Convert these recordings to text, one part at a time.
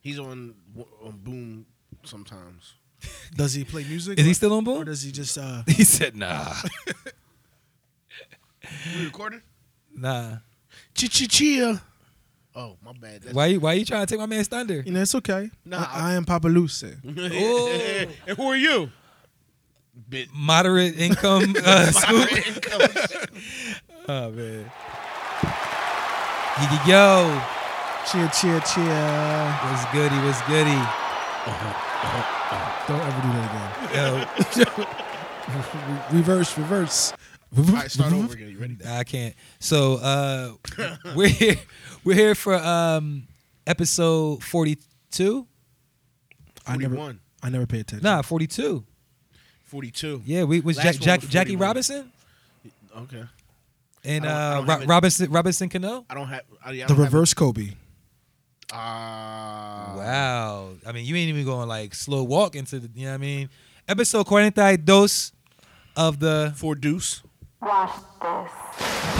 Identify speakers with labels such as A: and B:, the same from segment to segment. A: He's on, on Boom sometimes.
B: Does he play music?
C: Is he still on
B: Or
C: board?
B: does he just uh
C: He said, "Nah,
A: We recording?
C: nah."
B: chi chi chia?
A: Oh, my bad. That's
C: Why you Why you trying to take my man's thunder?
B: You know, it's okay.
A: Nah,
B: I, I am Papa Luce.
C: Oh.
A: and who are you? Bit.
C: Moderate income. Uh, scoop. Oh man. Yo, yo,
B: Chia chia chia.
C: what's goody? What's goody?
B: Don't ever do that
C: Yo,
B: again. Re- reverse, reverse.
A: All right, start over again. You ready?
C: I can't. So uh, we're here. We're here for um, episode forty-two.
B: I never,
A: 41.
B: I never pay attention.
C: Nah, forty-two.
A: 42.
C: Yeah, we was Jack,
A: Last one
C: Jack,
A: was
C: Jackie
A: 41.
C: Robinson
A: Okay.
C: and
A: I don't- I
C: uh,
A: don't
C: Ro-
A: have it.
C: Robinson Robinson Cano.
A: I don't have. I, I don't
B: the
A: have uh, it.
B: reverse Kobe.
A: Ah.
C: Wow. I mean, you ain't even going like slow walk into the. You know what I mean? Episode 42 of the
A: For Deuce.
D: Watch this.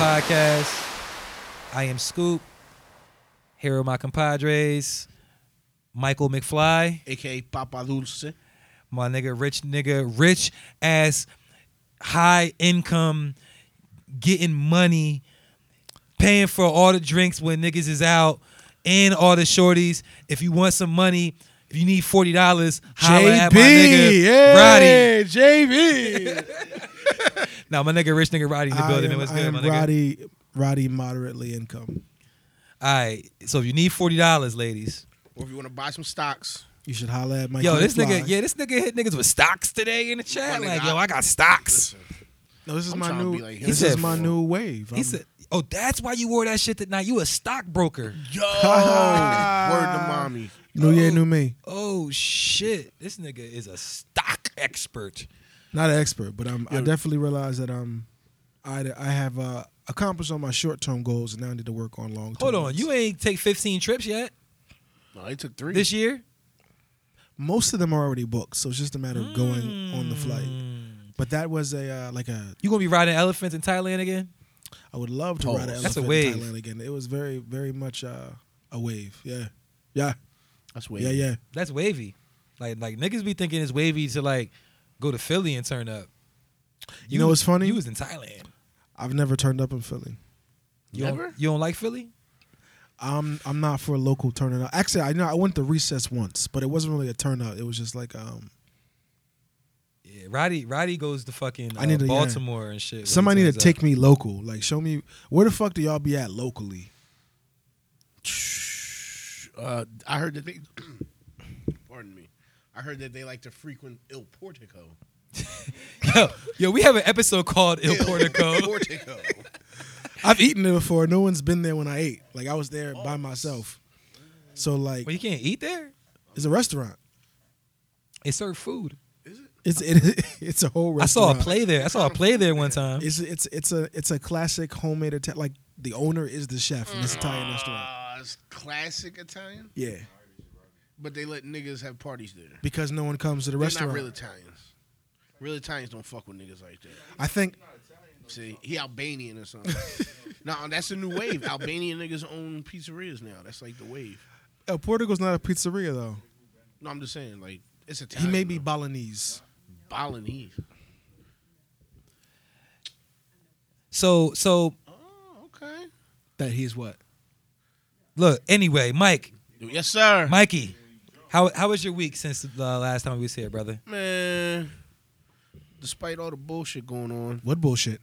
C: podcast. I am Scoop. Here are my compadres. Michael McFly,
A: aka Papa Dulce.
C: my nigga, rich nigga, rich ass, high income, getting money, paying for all the drinks when niggas is out, and all the shorties. If you want some money, if you need forty dollars, holla at my nigga Roddy.
B: yeah, JB.
C: Now my nigga, rich nigga Roddy in the
B: I
C: building. man.
B: am,
C: What's
B: I
C: good,
B: am
C: my nigga?
B: Roddy, Roddy, moderately income.
C: All right. So if you need forty dollars, ladies.
A: Or if you want to buy some stocks,
B: You should holler at my
C: Yo, this nigga, yeah, this nigga hit niggas with stocks today in the chat.
A: nigga,
C: Like,
A: I-
C: yo, I got stocks.
A: listen,
B: No, this is
A: I'm
B: my
A: trying to
B: new.
A: be like him.
B: this
C: He
B: is
C: said-
B: my new wave.
C: He said, "Oh, that's why you wore that shit that night. You a stockbroker."
A: yo, word to mommy.
B: "New year, new me."
C: Oh shit, this nigga is a stock expert.
B: Not an expert, but I'm. I definitely realize that I'm. I I have uh, accomplished all my short term goals, and now I need to work on long.
C: Hold on, you ain't take fifteen trips yet
A: No, they took three.
C: this year.
B: Most of them are already booked, so it's just a matter of going on the flight.
C: Hmm.
B: But that was a uh, like a.
C: You gonna be riding elephants in Thailand again?
B: I would love to ride an
A: Pause.
B: elephant
C: That's a
B: in
C: wave.
B: Thailand again. It was very very much uh, a wave. Yeah, yeah,
A: That's way.
B: yeah, yeah.
C: That's wavy. Like, like niggas be thinking it's wavy to like go to Philly and turn up.
B: You know what's funny?
C: You was in Thailand.
B: I've never turned up in Philly.
C: You
A: Never?
C: Don't, you don't like Philly?
B: I'm I'm not for local turning up. Actually, I know I went to recess once, but it wasn't really a turn up. It was just like um
C: Yeah, Roddy, Roddy goes to fucking uh,
B: I need to- yeah.
C: Baltimore and shit. when he
B: somebody need
C: turns
B: to
C: up.
B: take me local. Like show me where the fuck do y'all be at locally?
A: Uh, I heard that they. pardon me. I heard that they like to frequent Il Portico.
C: Yo, yo, we have an episode called Il Portico.
A: Portico.
B: I've eaten it before. No one's been there when I ate. Like I was there by myself. So like
C: well, you can't eat there.
B: it's a restaurant.
C: They serve food.
B: It's it, it's a whole
C: I saw
B: restaurant.
C: a play there. I saw a play there one time.
B: It's it's it's a it's a classic homemade Italian. Like the owner is the chef in this Italian restaurant.
A: Ah, it's classic Italian,
B: Yeah,
A: but they let niggas have parties there.
B: because no one comes to the
A: They're
B: restaurant.
A: not real Italians. Real Italians don't fuck with niggas like that.
B: I think
A: See, he Albanian or something. no, that's a new wave. Albanian niggas own pizzerias now. That's like the wave.
B: El Portico's not a pizzeria though.
A: No, I'm just saying, like, it's Italian.
B: He may be
A: though.
B: Balinese.
A: Balinese.
C: So, so
A: Oh, okay.
B: That he's what?
C: look. Anyway, Mike,
A: Yes, sir.
C: Mikey, how how was your week since the last time we was here, brother?
A: Man, despite all the bullshit going on,
B: What bullshit?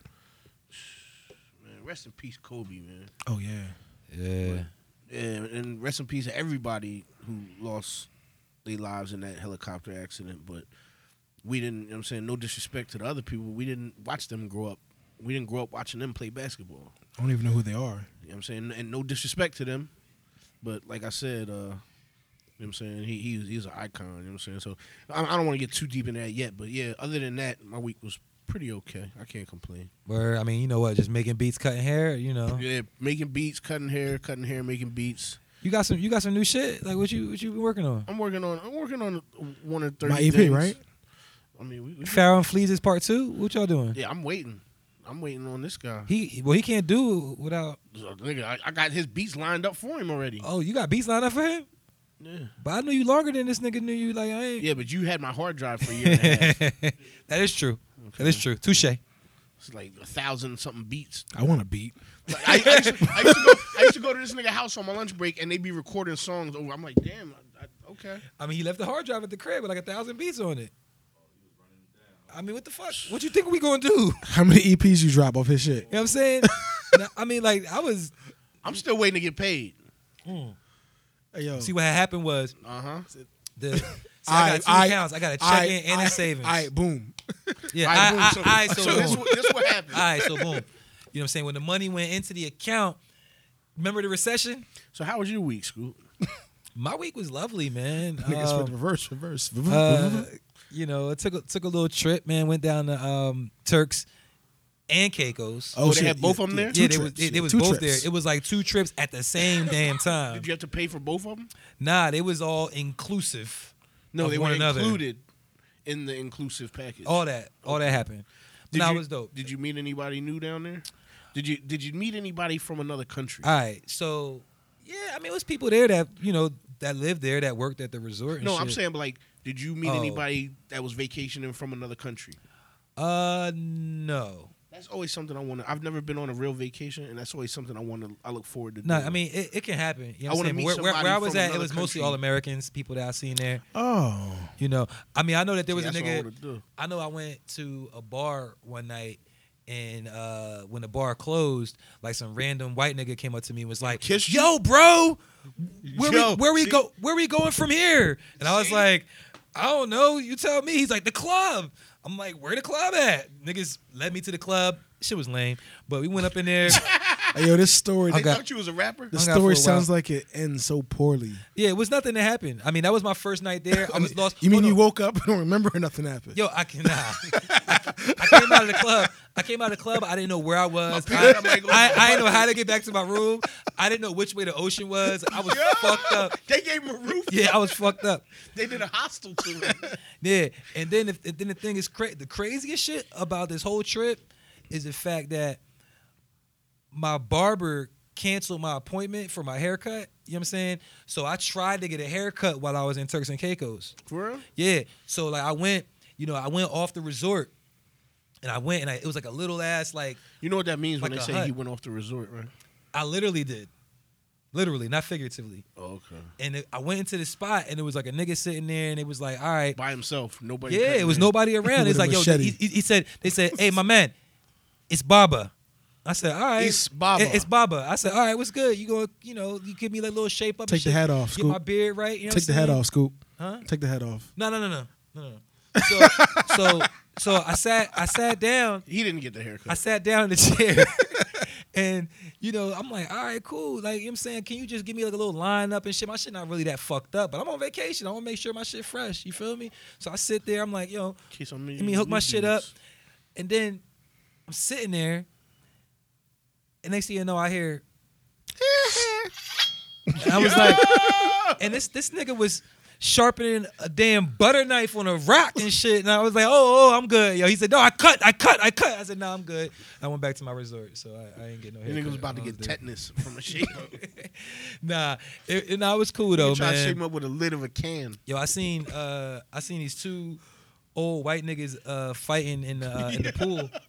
A: man, rest in peace, Kobe, man.
B: Oh yeah.
C: Yeah.
A: Yeah, and rest in peace to everybody who lost their lives in that helicopter accident. But we didn't, you know what I'm saying, no disrespect to the other people, we didn't watch them grow up. We didn't grow up watching them play basketball.
B: I don't even know who they are.
A: You know what I'm saying? And no disrespect to them. But like I said, uh, you know what I'm saying? He, he he's an icon, you know what I'm saying? So I, I don't want to get too deep into that yet. But yeah, other than that, my week was pretty okay. I can't complain.
C: Where I mean, you know what? Just making beats, cutting hair. You know,
A: Yeah, making beats, cutting hair, cutting hair, making beats.
C: you got some you got some new shit. Like what you what you been working on?
A: I'm working on I'm working on one or thirty.
B: My
C: E
B: EP,
A: things.
B: right?
A: I mean, we, we
C: Pharaoh and Fleas is part two. What y'all doing?
A: yeah, I'm waiting. I'm waiting on this guy.
C: He well, he can't do without.
A: So, nigga, I, I got his beats lined up for him already.
C: Oh, you got beats lined up for him?
A: Yeah.
C: But I knew you longer than this nigga knew you. Like I ain't.
A: Yeah, but you had my hard drive for a year and a half.
C: that is true. That is true. Touche.
A: It's like a thousand something beats.
B: I want a beat.
A: Like, I, I, used to, I, used to go, I used to go to this nigga house on my lunch break and they be recording songs over. I'm like, damn, I, I, okay.
C: I mean, he left the hard drive at the crib with like a thousand beats on it. I mean, what the fuck? What you think we gonna do? You know
B: How many EPs you drop off his shit?
C: what I'm saying? Now, I mean, like I was.
A: I'm still waiting to get paid.
B: Hey, yo,
C: See what had happened was
A: Uh huh.
C: the. see, I got two accounts. I got a check in and
B: I-
C: a savings.
B: All right, boom.
C: yeah,
A: Alright,
C: I,
A: boom,
C: I,
A: so-
C: I, so
A: so this,
C: boom.
A: what- this what happened.
C: All right, so boom. You know what I'm saying? When the money went into the account, remember the recession?
A: So how was your week, Scoop?
C: My week was lovely, man.
B: Niggas
C: Um,
B: went reverse, reverse.
C: uh, you know, I took a, took a little trip, man. Went down to um, Turks and Caicos.
A: Oh, they had both of 'em there?
B: two
C: yeah, they was,
B: trips,
C: they, they
B: yeah,
C: was
B: two
C: both
B: trips.
C: there. It was like two trips at the same damn time.
A: Did you have to pay for both of them?
C: nah, they was all inclusive.
A: No,
C: Of
A: they
C: one
A: were
C: another.
A: included in the inclusive package.
C: All that, all that happened.
A: Did
C: nah,
A: you,
C: it was dope.
A: Did you meet anybody new down there? Did you did you meet anybody from another country?
C: all right, so yeah, I mean, it was people there that you know that lived there, that worked at the resort. And
A: no, I'm
C: shit.
A: saying like, did you meet
C: Oh.
A: anybody that was vacationing from another country?
C: Uh, no.
A: That's always something I want to. I've never been on a real vacation, and that's always something I want to. I look forward to.
C: No,
A: doing.
C: I mean it, it can happen. You know
A: I
C: what
A: wanna
C: I'm saying?
A: meet
C: Where, where,
A: somebody
C: where I was
A: from
C: at, it
A: another
C: was mostly
A: country.
C: all Americans, people that I seen there.
B: Oh,
C: You know, I mean, I know that there was
A: that's
C: a
A: what I wanna
C: nigga.
A: do.
C: I know I went to a bar one night, and uh when the bar closed, like some random white nigga came up to me and was like,
A: Kissed you?
C: "Yo, bro, where
A: Yo,
C: we where we
A: see?
C: go where we going from here?" And I was
A: See?
C: like, "I don't know. You tell me." He's like, "The club." I'm like, "Where the club at?" Niggas led me to the club. Shit was lame, but we went up in there.
B: Hey, yo, this story.
A: they
C: got-
A: thought you was a rapper.
B: The
C: hung out for a
B: story
C: while.
B: sounds like it ends so poorly.
C: Yeah, it was nothing that happened. I mean, that was my first night there. I was lost.
B: You mean
C: Hold
B: you
C: on.
B: woke up and don't remember and nothing happened?
C: Yo, I cannot. I, I came out of the club. I came out of the club. I didn't know where I was. I,
A: pants might go
C: I,
A: to
C: I didn't know how to get back to my room. I didn't know which way the ocean was. I was fucked up.
A: They gave him a roof.
C: Yeah, I was fucked up.
A: They did a hostel to him.
C: Yeah, and then if, then the thing is cra- the craziest shit about this whole trip is the fact that my barber canceled my appointment for my haircut. You know what I'm saying? So I tried to get a haircut while I was in Turks and Caicos.
A: For real?
C: Yeah. So like I went, you know, I went off the resort, and I went, and I, it was like a little ass like
A: You know what that means when
C: Like
A: they
C: a
A: say
C: hut.
A: he went off the resort, right?
C: I literally did, literally, not figuratively.
A: Oh, okay.
C: And it, I went into the spot, and it was like a nigga sitting there, and it was like, all right,
A: By himself, nobody.
C: yeah,
A: cutting
C: it was
A: him.
C: nobody around.
B: With
C: It's
B: a
C: like yo,
B: machete.
C: he, he- he said they said, hey, my man, it's Baba. I said, all right,
A: It's Baba.
C: It- It's Baba. I said, all right, what's good? You going you know, you give me that little shape up. and
B: Take the
C: shit,
B: hat off,
C: Get
B: Scoop.
C: my beard right. You know what
B: Take the
C: I'm
B: hat
C: saying?
B: off, Scoop.
C: Huh?
B: Take the hat off.
C: No, no, no, no, no, no. So, so, so I sat, I sat down,
A: He didn't get the haircut.
C: I sat down in the chair. and, you know, I'm like, all right, cool. Like, you know what I'm saying, can you just give me like a little line up and shit? My shit not really that fucked up, but I'm on vacation. I want to make sure my shit fresh. You feel me? So I sit there, I'm like, yo,
A: Kiss on me.
C: let me hook my
A: me
C: shit up.
A: dudes.
C: And then I'm sitting there. And next thing you know, I hear. and I was like, and this this nigga was sharpening a damn butter knife on a rock and shit. And I was like, oh, oh, I'm good. Yo, he said, no, I cut, I cut, I cut. I said, no, I'm good. And I went back to my resort, so I, I ain't get no.
A: The nigga
C: haircut
A: was about to
C: while I
A: get
C: was there.
A: tetanus from a shit.
C: Nah, it, it, nah, it was cool though,
A: Trying to
C: man.
A: shake him up with a lid of a can.
C: Yo, I seen uh I seen these two old white niggas uh fighting in the uh, in the pool.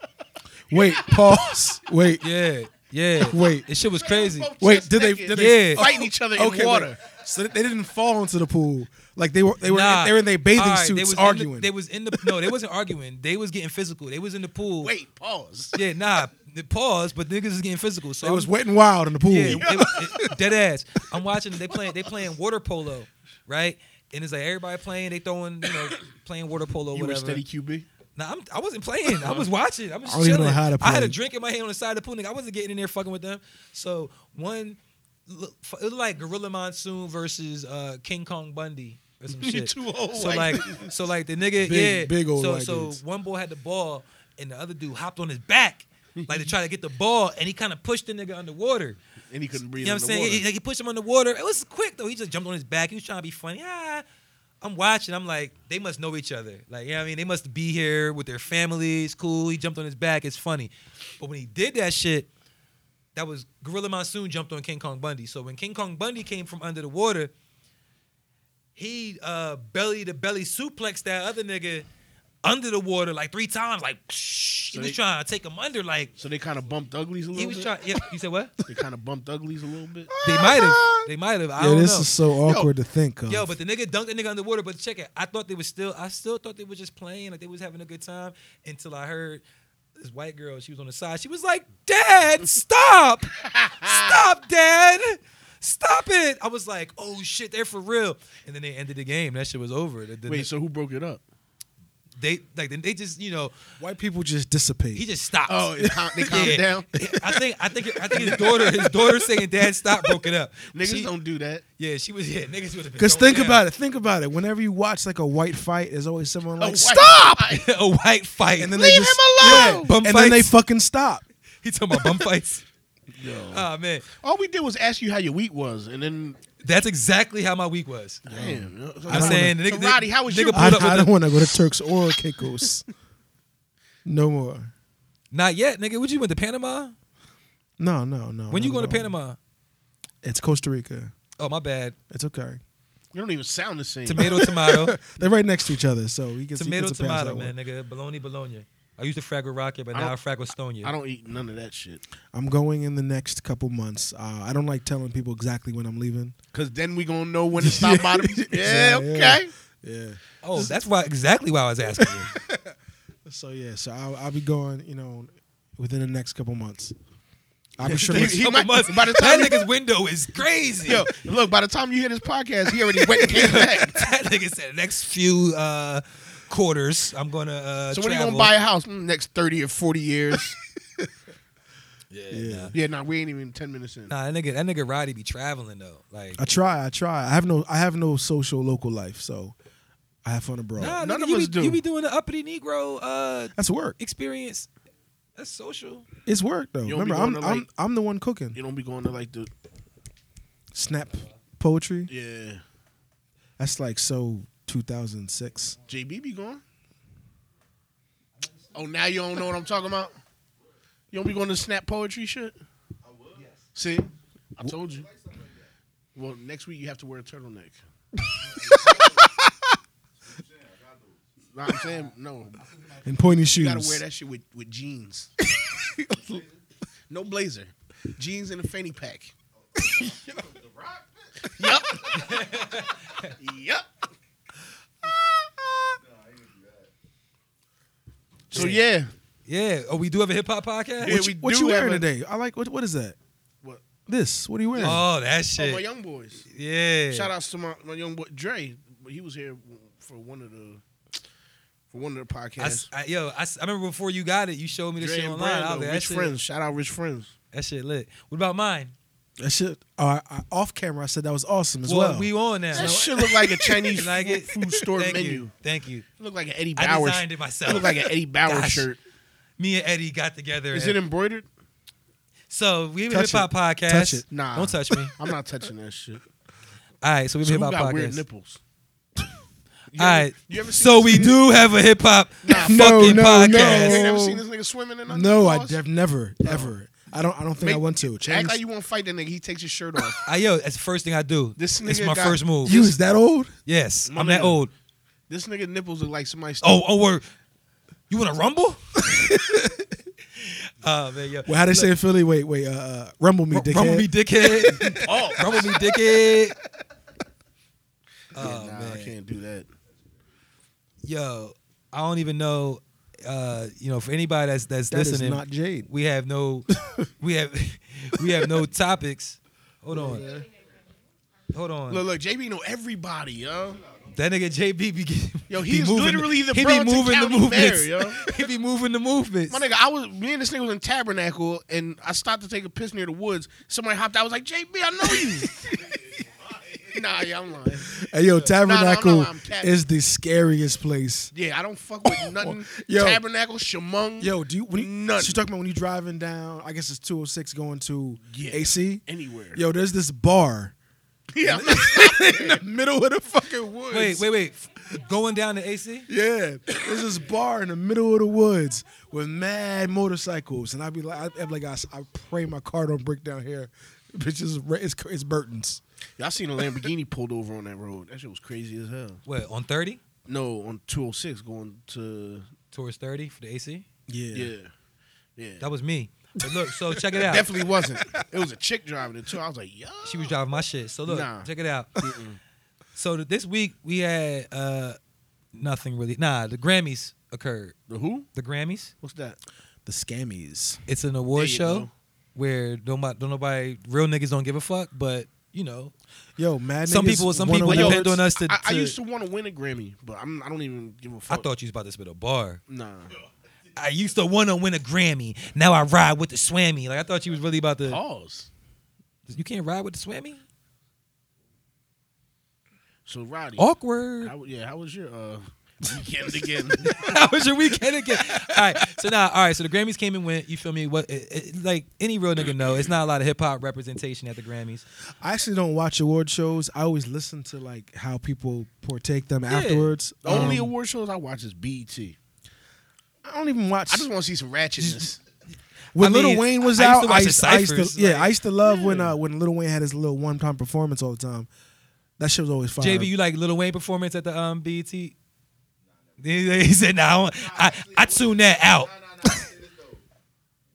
B: Wait, pause. Wait,
C: Yeah, yeah.
B: Wait.
C: this shit was crazy.
A: Both
B: Wait,
A: chest
B: did they-
A: naked,
B: did
C: they-
A: fighting each other in
B: wait.
A: water?
B: So they didn't fall into the pool. Like they were, they were,
C: Nah.
B: they were in their bathing
C: All right, they
B: suits
C: was in the-
B: arguing.
C: they was in the no, they wasn't arguing. They was getting physical. They was in the pool.
A: Wait, pause.
C: yeah, nah. The pause, but niggas is getting physical. So
B: They
C: I'm-
B: was wet and wild in the pool.
C: Yeah, it- it- dead ass. I'm watching. They playing. They playing water polo, right? And it's like everybody playing. They throwing, you know, playing water polo.
A: You were
C: whatever.
A: steady QB.
C: Nah, I'm, I wasn't playing. I was watching. I was
B: I
C: just
B: don't even
C: chilling.
B: know how to
C: I had a
B: play.
C: drink in my hand on the side of the pool. Nigga. I wasn't getting in there fucking with them. So one, look, f- it was like Gorilla Monsoon versus uh, King Kong Bundy or some shit.
A: Two old
C: so
A: white
C: like, so like the
B: Big-
C: nigga, yeah,
B: big old
C: So
B: white
C: so
B: dudes.
C: one boy had the ball and the other dude hopped on his back. Like to try to get the ball, and he kind of pushed the nigga underwater.
A: and he couldn't breathe.
C: You know what I'm saying? He, like, he pushed him underwater. It was quick though. He just jumped on his back. He was trying to be funny. Ah, I'm watching. I'm like, they must know each other. Like, you know what I mean? They must be here with their families. Cool. He jumped on his back. It's funny. But when he did that shit, that was Gorilla Monsoon jumped on King Kong Bundy. So when King Kong Bundy came from under the water, he uh belly to belly suplexed that other nigga under the water like three times. Like psh, he
A: So
C: was
A: they-
C: trying to take him under. Like
A: So they kind of bumped uglies a little
C: he was
A: bit.
C: trying. Yeah, you said what?
A: They kind of bumped uglies a little bit.
C: They might have. They might have. I
B: Yo,
C: don't
B: this
C: know.
B: is so awkward to think of.
C: Yo, but the nigga dunked the nigga underwater. But check it. I thought they was still. I still thought they was just playing. Like they was having a good time until I heard this white girl. She was on the side. She was like, "Dad, stop, stop, Dad." Stop it! I was like, "Oh shit, they're for real!" And then they ended the game. That shit was over. The- the-
A: Wait, so who broke it up?
C: they like they just you know
B: white people just dissipate.
C: he just stopped.
A: Oh, they calm, they calmed
C: Yeah.
A: down.
C: I think I think I think his daughter his daughter saying dad stop broke it up.
A: Niggas
C: She-
A: don't do that.
C: Yeah, she was yeah niggas would have been.
B: Cause think about it, think about it. Whenever you watch like a white fight, there's always someone like
A: Oh,
B: stop,
A: why-
C: a white fight
B: and then
A: Leave
B: they just,
A: him alone!
B: Yeah,
C: Bum
B: and then they
C: fights.
B: fucking stop.
C: He talking about bum fights.
A: Yo.
C: Oh man,
A: All we did was ask you how your week was, and then
C: that's exactly how my week was.
A: damn.
C: I'm saying, the
A: So,
C: nigga,
A: Roddy, how was
C: nigga
A: your?
B: I,
C: pulled up
B: I
C: with
B: don't
C: the,
B: want to go to Turks or Caicos. no more.
C: not yet, nigga. What you went to Panama?
B: No, no, no.
C: When you
B: not
C: going
B: at
C: to
B: all.
C: Panama?
B: It's Costa Rica.
C: Oh my bad.
B: It's okay.
A: You don't even sound the same.
C: Tomato, tomato,
B: They're right next to each other, so he gets
C: tomato,
B: he gets a pass
C: tomato,
B: that one.
C: man, nigga. Bologna, bologna. I used to frag with Rocket, but
A: I
C: now I
A: don't-
C: frag with Stonia.
A: I don't eat none of that shit.
B: I'm going in the next couple months. Uh, I don't like telling people exactly when I'm leaving.
A: Cause then we gonna know when to stop by. the- Yeah,
B: Yeah, yeah.
A: okay.
B: Yeah.
C: oh, that's why exactly why I was asking you.
B: So yeah, so I'll, I'll be going. You know, within the next couple months. I'll be sure.
A: He- he
C: Couple
A: might-
C: months.
A: by the
C: that
A: time
C: nigga's window is crazy.
A: Yo, look. By the time you hear this podcast, he already went and came back.
C: that nigga said the next few uh, quarters I'm gonna. Uh,
A: So when are you
C: travel.
A: gonna buy a house? Mm, next thirty or forty years?
C: Yeah,
B: Yeah.
C: Nah.
A: yeah, nah, we ain't even ten minutes in.
C: Nah, that nigga, that nigga Roddy be traveling though. Like,
B: I try. I try. I have no. I have no social local life, so I have fun abroad.
C: nah,
A: none
C: nigga,
A: of
C: you
A: us
C: be,
A: do.
C: You be doing the uppity Negro uh,
B: That's work.
C: experience. That's social.
B: It's work though.
A: You don't be
B: Remember, I'm,
A: going to,
B: I'm
A: like-
B: I'm the one cooking.
A: You don't be going to like the
B: Snap poetry.
A: yeah.
B: That's like so 2006.
A: JB be going. Oh, now you don't know what I'm talking about. You don't be going to snap poetry shit. See, I told you. Well, next week you have to wear a turtleneck. Nah, I'm saying no.
B: And pointy
A: You
B: shoes.
A: gotta wear that shit with, with jeans. no blazer, jeans and a fanny pack. yep. yep. So yeah,
C: Yeah. Oh, we do have a hip hop podcast.
A: Yeah,
B: What,
A: we
B: you- what
A: do
B: you
A: have
B: wearing
A: a-
B: today? I like what what is that?
A: What?
B: This. What are you wearing?
C: Oh, that
A: oh, my
C: shit.
A: young boys.
C: Yeah.
A: Shout outs to my, my young boy Dre. He was here for one of the for one of the
C: I
A: podcasts.
C: s- I- yo, I, s- I remember before you got it, you showed me the
A: Dre
C: shit
A: and
C: online. I was
A: Brando,
C: like, that,
A: rich
C: shit,
A: friends. Shout out rich friends.
C: that shit lit. What about mine?
B: That shit. Uh, I, off camera, I said that was awesome as
C: well,
B: well.
C: we on now.
A: That shit look like a Chinese
C: Like it?
A: food store
C: Thank
A: menu.
C: You. Thank you.
A: It look like an Eddie
C: I
A: Bauer.
C: designed it
A: It
C: myself.
A: look like an Eddie Bauer
C: Gosh.
A: shirt.
C: me and Eddie got together.
A: Is
C: and-
A: it embroidered?
C: so we have a hip
B: Touch
C: hop podcast.
B: Touch it.
A: Nah.
C: Don't touch me.
A: I'm not touching that shit.
C: All right, so we have
A: So
C: a
A: who
C: hip hop
A: got
C: podcast.
A: weird nipples? You
C: All right.
A: ever- you ever seen
C: So
A: this
C: we
A: nigga-
C: do have a hip hop
A: Nah,
C: fucking
B: no, no,
C: podcast.
A: You
B: no.
A: ain't never seen this nigga swimming in underclothes?
B: no, I have never ever. I don't. I don't think
A: Oh. Make-
B: I want to. Change.
A: Act like you want to fight that nigga. He takes his shirt off.
C: I, yo, that's the first thing I do.
A: This
C: it's
A: nigga
C: my
A: got-
C: first move.
B: You is that old?
C: yes,
A: My
C: I'm
A: nigga.
C: that old.
A: this nigga nipples look like somebody.
C: Oh, oh, word. You want to rumble? oh man, yo.
B: Well, how they say in Philly? Wait, wait. Uh, uh, rumble me,
C: Ru-
B: dickhead.
C: rumble me, dickhead. oh, rumble me, dickhead.
A: Yeah,
C: oh,
A: nah,
C: man.
A: I can't do that.
C: Yo, I don't even know. Uh, you know, for anybody that's that's
B: That is
C: listening,
B: not Jade.
C: we have no, we have, we have no topics. Hold on, hold on.
A: Look, look, JB know everybody, yo.
C: That nigga JB be getting-
A: Yo,
C: be
A: he is
C: moving-
A: literally the
C: he be
A: Burlington
C: moving the
A: County mayor,
C: movements.
A: yo.
C: he be moving the movements.
A: My nigga, I was me and this nigga was in Tabernacle, and I stopped to take a piss near the woods. Somebody hopped out. I was like, JB, I know you. nah, yeah, I'm lying.
B: Hey, yo, Tabernacle
A: I'm cat-
B: is the scariest place.
A: Yeah, I don't fuck with nothing.
B: Yo.
A: Tabernacle, Shamung.
B: Yo, do you? When you
A: None.
B: so you talking about when you driving down? I guess it's 206 going to
A: Yeah.
B: AC.
A: anywhere.
B: Yo, there's this bar
A: yeah, I'm not-
B: in the middle of the fucking woods.
C: wait, wait, wait. Going down to AC?
B: Yeah, there's this bar in the middle of the woods with mad motorcycles, and I'd be like, I'd be like, I, I pray my car don't break down here. Bitch, it's, ra- it's, it's Burton's.
A: Yeah, I seen a Lamborghini pulled over on that road. That shit was crazy as hell.
C: What on thirty
A: No, on 206 going to
C: towards thirty for the AC?
B: Yeah.
A: yeah, yeah.
C: That was me. But look, so check it out.
A: Definitely wasn't. It was a chick driving it too. I was like, yo,
C: She was driving my shit. So look,
A: Nah.
C: check it out.
A: Mm-mm.
C: So th- this week we had uh nothing really. Nah, the Grammys occurred.
A: The who?
C: The Grammys.
A: What's that?
B: The scammies.
C: It's an
A: There
C: award
A: you
C: show
A: go.
C: where nobody, don't nobody, real niggas don't give a fuck. But you know,
B: Yo, mad
C: Some
B: niggas
C: people- some
B: won
C: people
B: awards.
C: depend on us to-
A: I, I
C: to-
A: used to want to win a Grammy, but I'm, I don't even give a fuck.
C: I thought you was about to spit a bar.
A: nah.
C: I used to want to win a Grammy. Now I ride with the Swammy. Like I thought you was really about to.
A: Pause.
C: You can't ride with the Swammy.
A: So Roddy,
C: Awkward.
A: how, yeah, how was your uh, weekend again?
C: How was your weekend again? All right. So now, all right. So the Grammys came and went. You feel me? What? It, it, like any real nigga know, it's not a lot of hip hop representation at the Grammys.
B: I actually don't watch award shows. I always listen to like how people partake them
C: Yeah.
B: afterwards.
A: the only
B: Um,
A: award shows I watch is BET.
B: I don't even watch.
A: I just want to see some ratchetness.
B: when
C: I mean,
B: Little Wayne was
C: I used
B: out,
C: to watch
B: I,
C: the
B: used, I used
C: Cyphers,
B: to, yeah,
C: like-
B: I used to love when uh, when Little Wayne had his little one time performance all the time. That shit was always fire.
C: JB, you like Lil Wayne performance at the um BET? He, he said, "Nah, I, don't- I, I tune that out."
D: Nah, nah, nah, I say this though.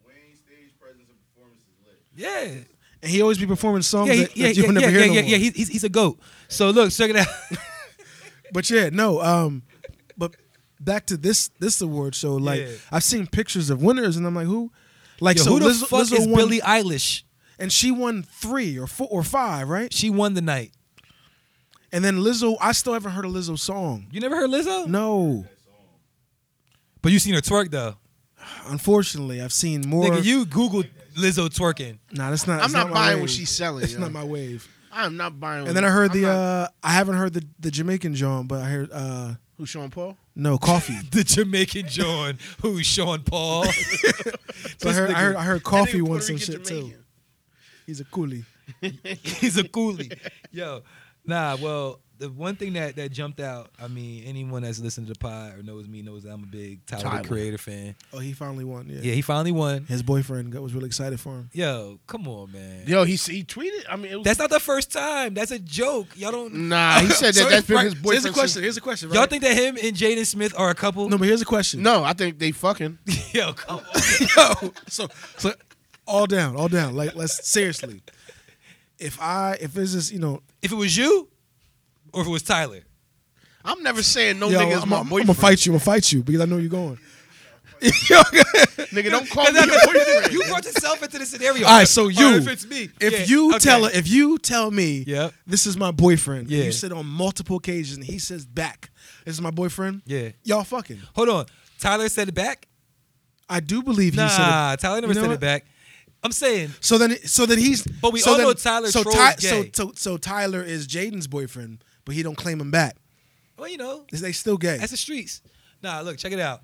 D: Wayne's stage presence and performance is lit.
C: Yeah,
B: and he always be performing songs
C: yeah, he-
B: that,
C: yeah,
B: that you'll
C: yeah,
B: never
C: yeah,
B: hear
C: yeah,
B: no
C: yeah,
B: more.
C: yeah. He- He's, he's a goat. So look, check it out.
B: But yeah, no. Um, but back to this this award show. Like
C: Yeah.
B: I've seen pictures of winners, and I'm like, who? Like
C: Yo,
B: so,
C: who the
B: Liz,
C: fuck
B: Lizzo
C: is
B: won,
C: Billie Eilish?
B: and she won three or four or five, right?
C: She won the night.
B: And then Lizzo, I still haven't heard a Lizzo song.
C: You never heard Lizzo?
B: No,
C: But you seen her twerk though.
B: unfortunately, I've seen more.
C: Nigga, you Googled Lizzo twerking.
B: nah, that's not.
A: I'm
B: that's
A: not,
B: my
A: buying
B: wave.
A: what she's selling.
B: It's
A: yo.
B: not my wave.
A: I'm not buying.
B: And then I heard
A: I'm
B: the.
A: not-
B: uh I haven't heard the the Jamaican John, but I heard uh
A: who Sean Paul.
B: no coffee.
C: The Jamaican John, who is Sean Paul.
B: so I heard, I heard I heard coffee
A: That nigga
B: won
A: Puerto
B: some
A: Rican
B: shit too.
A: Jamaican.
B: He's a coolie.
C: He's a coolie. Yo, nah, well, the one thing that, that jumped out, I mean, anyone that's listened to the pod or knows me knows that I'm a big Tyler, the
A: Tyler.
C: Creator fan.
B: Oh, he finally won. Yeah.
C: Yeah, he finally won.
B: His boyfriend got- was really excited for him.
C: Yo, come on, man.
A: Yo, he s- he tweeted. I mean, it was,
C: That's not the first time. That's a joke. Y'all
B: Mm,
C: don't.
A: nah. He said that.
C: So
A: that's been
C: right-
A: his
C: so
A: boyfriend. since-
B: Here's a question.
C: Y'all think that him and Jaden Smith are a couple?
B: No, but here's a question.
A: No, I think they fucking.
C: Yo, come on.
B: Yo, so so all down, all down. Like let's seriously. If I if it's just you know
C: If it was you, or if it was Tyler,
A: I'm never saying no
B: yo,
A: nigga is
B: I'm,
A: my
B: I'm,
A: boyfriend.
B: gonna fight you, I'm gonna fight you because I know you're going. Yo,
A: Nigga, don't call
C: 'Cause
A: me your
C: that's-
A: boyfriend.
C: you brought yourself into the scenario.
B: All right, so
C: Or
B: you-
C: if it's me,
B: if
C: Yeah,
B: you
C: okay.
B: tell if you tell me
C: Yep.
B: this is my boyfriend,
C: Yeah.
B: you said on multiple occasions and he says back, this is my boyfriend.
C: Yeah.
B: Y'all fucking.
C: hold on, Tyler said it back.
B: I do believe he said it.
C: Nah, Tyler never
B: You know
C: said it
B: what?
C: back. I'm saying
B: So then, so then he's.
C: But we
B: so
C: all
B: then-
C: know Tyler
B: So,
C: Troy's
B: so,
C: gay.
B: so, so Tyler is Jaden's boyfriend, but he don't claim him back.
C: Well, you know,
B: Is they still gay?
C: that's the streets. Nah, look, check it out.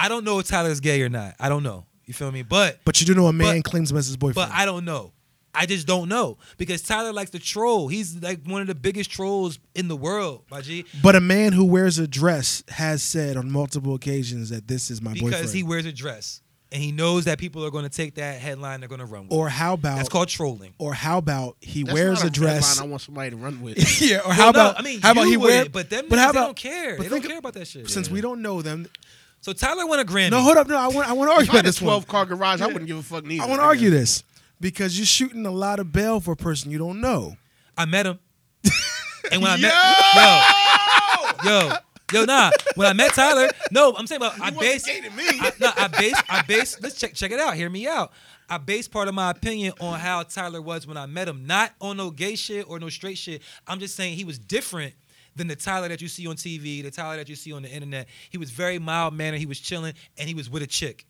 C: I don't know if Tyler's gay or not. I don't know. You feel me? But
B: but you do know a man
C: But-
B: claims him as his boyfriend.
C: but I don't know. I just don't know because Tyler likes to troll. He's like one of the biggest trolls in the world, my G.
B: But a man who wears a dress has said on multiple occasions that this is my
C: Because
B: boyfriend.
C: he wears a dress and he knows that people are going to take that headline. They're going to run with. it.
B: or how about?
C: That's called trolling.
B: or how about he
A: That's
B: wears
A: not
B: a dress?
A: red line I want somebody to run with.
B: yeah. Or how
C: Well, no,
B: about?
C: I mean,
B: how about
C: you
B: he wear?
C: wouldn't, But them
B: but
C: niggas,
B: how
C: they
B: about?
C: don't care.
B: but
C: They don't
B: think-
C: care about that shit.
B: Since we don't know them,
C: so Tyler won a Grammy.
B: no, hold up, no, I want, I want to argue
A: If I
B: about
A: had a
B: this one.
A: 12 car garage, I wouldn't give a fuck neither.
B: I want to argue this because you're shooting a lot of bail for a person you don't know.
C: I met him. And when I met yo, yo, yo, nah. When I met Tyler, no, I'm saying about I
A: wasn't
C: based,
A: gay to me.
C: I, no, I based, I based. Let's check, check it out. Hear me out. I based part of my opinion on how Tyler was when I met him, not on no gay shit or no straight shit. I'm just saying he was different than the Tyler that you see on TV, the Tyler that you see on the internet. He was very mild mannered. He was chilling, and he was with a chick,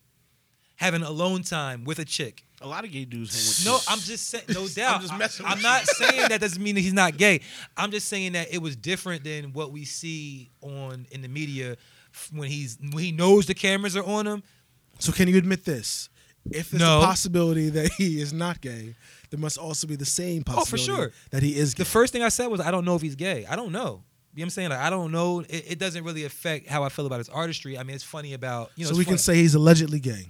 C: having alone time with a chick.
A: A lot of gay dudes hang
C: No,
A: with
C: I'm just saying, no doubt. I'm,
A: just messing
C: I'm
A: with
C: not saying that doesn't mean that he's not gay. I'm just saying that it was different than what we see on in the media f- when he's when he knows the cameras are on him.
B: So can you admit this? If there's
C: No.
B: a possibility that he is not gay, there must also be the same
C: Oh,
B: possibility
C: for sure.
B: that he is gay.
C: The first thing I said was, I don't know if he's gay. I don't know. You know what I'm saying? Like, I don't know. It, it doesn't really affect how I feel about his artistry. I mean, it's funny about you know.
B: so
C: it's
B: we can
C: funny-
B: say he's allegedly gay.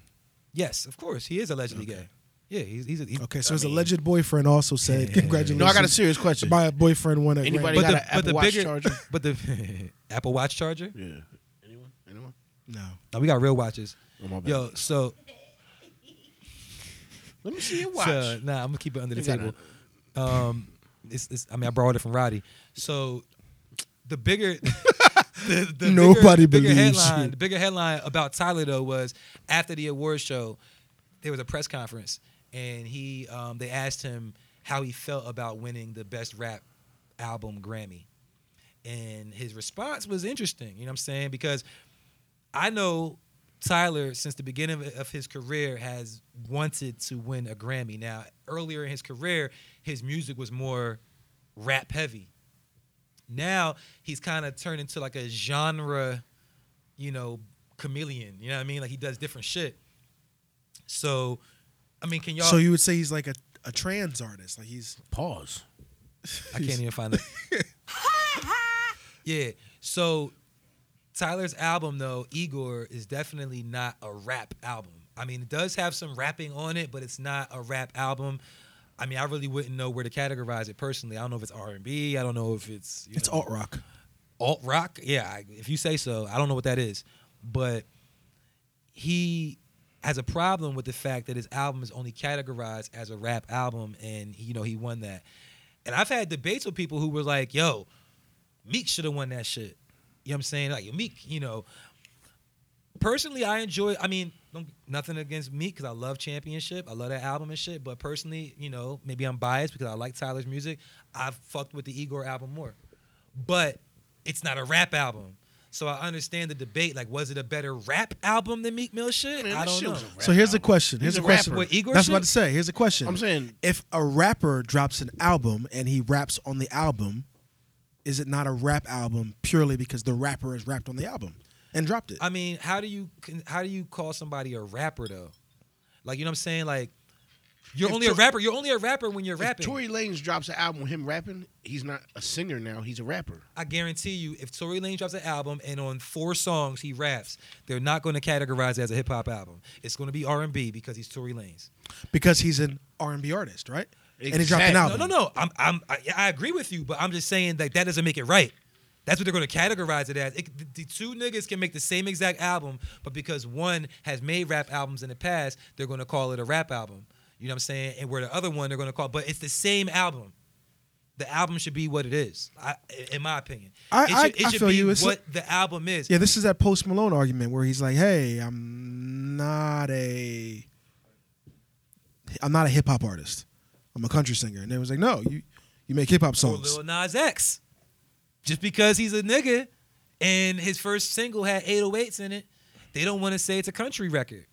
C: yes, of course, he is allegedly gay. Yeah, he's he's a, he,
B: Okay, so
A: I
B: his
A: mean-
B: alleged boyfriend also said, "Congratulations."
A: No, I got a serious question.
B: My boyfriend won at
A: Anybody
B: random.
A: got an Apple Watch charger?
C: but the Apple Watch charger.
A: Yeah. Anyone? Anyone?
B: No.
C: No, we got real watches.
A: Oh, my bad.
C: Yo, so
A: Let me see your watch.
C: So, nah, I'm gonna keep it under the
A: You got
C: table. Um, it's, it's, I mean, I borrowed it from Roddy. So the bigger, the, the
B: Nobody
C: bigger, bigger
B: believes
C: headline,
B: you.
C: the bigger headline about Tyler though was after the award show, there was a press conference, and he, um, they asked him how he felt about winning the best rap album Grammy, and his response was interesting. You know what I'm saying? Because I know Tyler since the beginning of- of his career has wanted to win a Grammy. Now, earlier in his career, his music was more rap heavy. Now he's kind of turned into like a genre, you know, chameleon. You know what I mean? Like he does different shit. So, I mean, can y'all?
B: So you would say he's like a, a trans artist, like he's
A: Pause.
C: I can't even find it. yeah. So Tyler's album though, Igor, is definitely not a rap album. I mean, it does have some rapping on it, but it's not a rap album. I mean, I really wouldn't know where to categorize it personally. I don't know if it's R and B. I don't know if it's you
B: it's
C: know,
B: alt rock.
C: alt rock. Yeah, I- if you say so. I don't know what that is, but he has a problem with the fact that his album is only categorized as a rap album, and you know he won that. And I've had debates with people who were like, "Yo, Meek should have won that shit." You know what I'm saying? Like Meek, you know. Personally, I enjoy. I mean, don't- nothing against Meek because I love Championship. I love that album and shit. But personally, you know, maybe I'm biased because I like Tyler's music. I've fucked with the Igor album more but it's not a rap album. So I understand the debate. Like, was it a better rap album than Meek Mill shit?
A: Man,
C: I
A: that
C: don't
A: shit
C: know.
A: was a rap
B: So here's a
A: album.
B: question.
A: He's
B: Here's
A: a
B: a question.
A: rapper.
C: What, Igor
B: That's what I'm
C: shit?
B: about to say. Here's a question.
A: I'm saying-
B: if a rapper drops an album and he raps on the album, is it not a rap album purely because the rapper has rapped on the album and dropped it?
C: I mean, how do you con- how do you call somebody a rapper though? Like, you know what I'm saying? Like, you're
A: If
C: only a
A: Tor-
C: rapper. You're only a rapper when you're rapping.
A: If Tory Lanez drops an album with him rapping, he's not a singer now. He's a rapper.
C: I guarantee you, if Tory Lanez drops an album and on four songs he raps, they're not going to categorize it as a hip hop album. It's going to be R and B because he's Tory Lanez.
B: because he's an R&B artist, right? And he dropped an
A: Exactly.
B: album.
C: No, no, no. I'm, I'm, I, I agree with you, but I'm just saying that that doesn't make it right. That's what they're going to categorize it as. It, the, the two niggas can make the same exact album, but because one has made rap albums in the past, they're going to call it a rap album. You know what I'm saying? And where the other one, they're going to call, but it's the same album. The album should be what it is, I, in my opinion.
B: I-
C: it should,
B: I-
C: it
B: I
C: should
B: feel
C: be
B: you. It's-
C: what the album is.
B: Yeah, this is that Post Malone argument where he's like, "Hey, I'm not a, I'm not a hip hop artist. I'm a country singer." And they was like, "No, you, you make hip hop
C: or
B: songs."
C: Lil Nas X. Just because he's a nigga and his first single had 808s in it, they don't want to say it's a country record.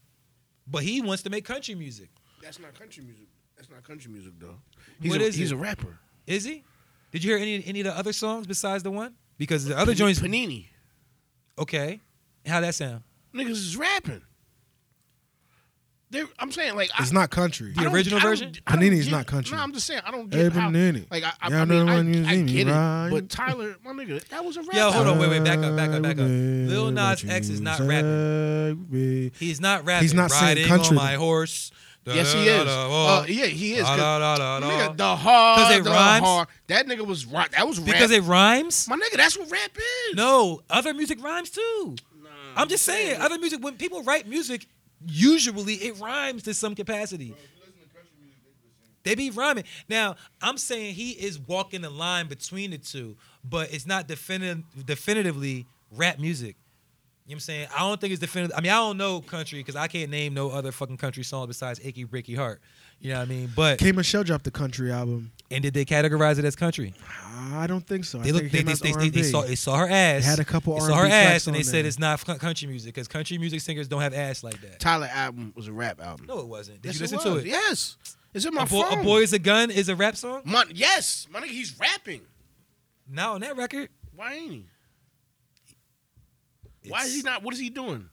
C: But he wants to make country music.
A: That's not country music. That's not country music though. He's
C: What
A: a,
C: is
A: He's
C: it?
A: a rapper.
C: Is he? Did you hear any any of the other songs besides the one? Because the other joints
A: Panini.
C: okay. How that sound?
A: Niggas is rapping. They're, I'm saying like
B: It's not country.
A: I
C: The
A: don't-
C: original
A: I don't-
C: version?
A: I don't
B: Panini is
A: get-
B: not country.
A: No, I'm just saying I don't
B: Hey,
A: get how,
B: Panini.
A: like I, I,
B: Y'all
A: I
B: know
A: mean
B: the
A: I,
B: one you
A: I
B: see me
A: get
B: ride.
A: it, but Tyler, my nigga, that was a rap.
C: Yo, hold on,
A: album.
C: wait, wait, back up, back up, back up. Lil Nas X is not
B: rapping.
C: He's not rapping.
B: He's not
C: riding
B: singing country,
C: on my
B: though.
C: horse.
A: Yes, he is. Uh, yeah, he is. 'cause- Nigga, the
C: Cause it
A: hard, the
C: rhymes?
A: hard. That nigga was rock. That was rap.
C: Because it rhymes?
A: my nigga, that's what rap is.
C: No, other music rhymes too.
A: Nah,
C: I'm just
A: Mm-hmm.
C: saying, other music. When people write music, usually it rhymes to some capacity.
D: If you listen to country music, they good
C: They be
D: singers.
C: rhyming. Now, I'm saying he is walking the line between the two, but it's not definitive, definitively rap music. You know what I'm saying? I don't think it's definitive. I mean, I don't know country because I can't name no other fucking country song besides "Achy Breaky Heart." You know what I mean? But
B: K Michelle dropped the country album.
C: and did they categorize it as country?
B: I don't think so. I
C: They
B: think
C: looked.
B: it
C: They, they,
B: came
C: they,
B: out
C: they, they
B: R&B.
C: saw. They saw her ass.
B: They had a couple
C: They saw her
B: R&B tracks
C: ass, and
B: on
C: they said
B: there.
C: it's not cu- country music because country music singers don't have ass like that.
A: Tyler album was a rap album.
C: No, it wasn't. Did
A: Yes,
C: you listen to
A: was.
C: it?
A: Yes, it's in my
C: a, boy,
A: phone.
C: a boy is a gun is a rap song.
A: My- yes, my nigga, he's rapping.
C: Not on that record.
A: Why ain't he? Why is he
C: It's-
A: not? What is he doing?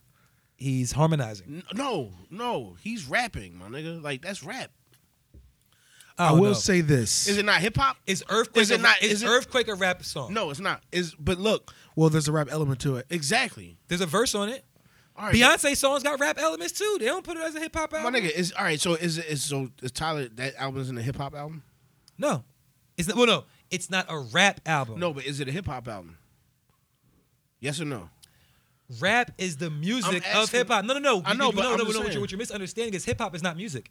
C: He's harmonizing.
A: N- No, no, he's rapping, my nigga. Like that's rap.
B: I
C: don't
B: will
C: know.
B: say this.
A: Is it not hip hop?
C: Is earthquake?
A: Is
C: a,
A: it not-
C: Is,
A: is it-
C: earthquake a rap song?
A: No, it's not. Is but look,
B: well, there's a rap element to it.
A: exactly.
C: There's a verse on it.
A: All right,
C: Beyonce songs got rap elements too. They don't put it as a hip hop
A: My
C: album.
A: nigga, is all right. So is it is so is Tyler that album's in a hip hop album?
C: No, it's not. Well, no, it's not a rap album. Uh,
A: No, but is it a hip hop album? Yes or no?
C: rap is the music
A: I'm
C: of
A: asking-
C: hip hop. No, no, no.
A: I
C: You-
A: know,
C: you-
A: but I'm
C: no,
A: just
C: no, no. What
A: saying.
C: you're, what you're misunderstanding is hip hop is not music.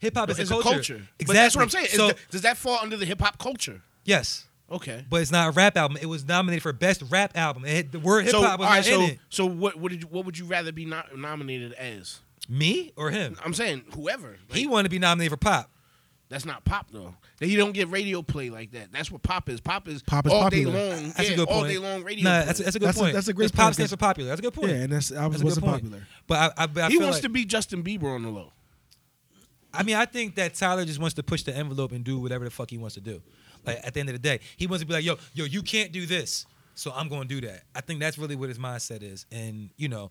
C: Hip hop is
A: it's
C: a culture. Exactly.
A: But that's what I'm saying. Is
C: So
A: th- does that fall under the hip hop culture?
C: yes,
A: Okay.
C: but it's not a rap album. It was nominated for best rap album. It had- the word hip
A: so
C: hop was not
A: so
C: in it.
A: so what what did you, what would you rather be not nominated as?
C: Me or him?
A: I'm saying whoever. Like,
C: He wanted to be nominated for pop.
A: that's not pop though. That you don't get radio play like that. That's what pop is. Pop is
B: Pop is
A: all
B: popular.
A: day long.
C: That's
A: yeah,
C: a good
A: all
C: point.
A: day long radio.
C: Nah,
A: play.
C: that's a, that's a good
B: That's a-
C: point.
B: that's a great
C: His
B: point,
C: Pop
B: 'cause-
C: stands for popular. That's a good point.
B: Yeah, and that's
C: That's
B: album
C: a good
B: wasn't
C: point.
B: popular.
C: But I, I, but I
A: he
C: feel
A: wants
C: like,
A: to be Justin Bieber on the low.
C: I mean, I think that Tyler just wants to push the envelope and do whatever the fuck he wants to do. Like at the end of the day, he wants to be like, yo, yo, you can't do this, so I'm going to do that. I think that's really what his mindset is, and you know,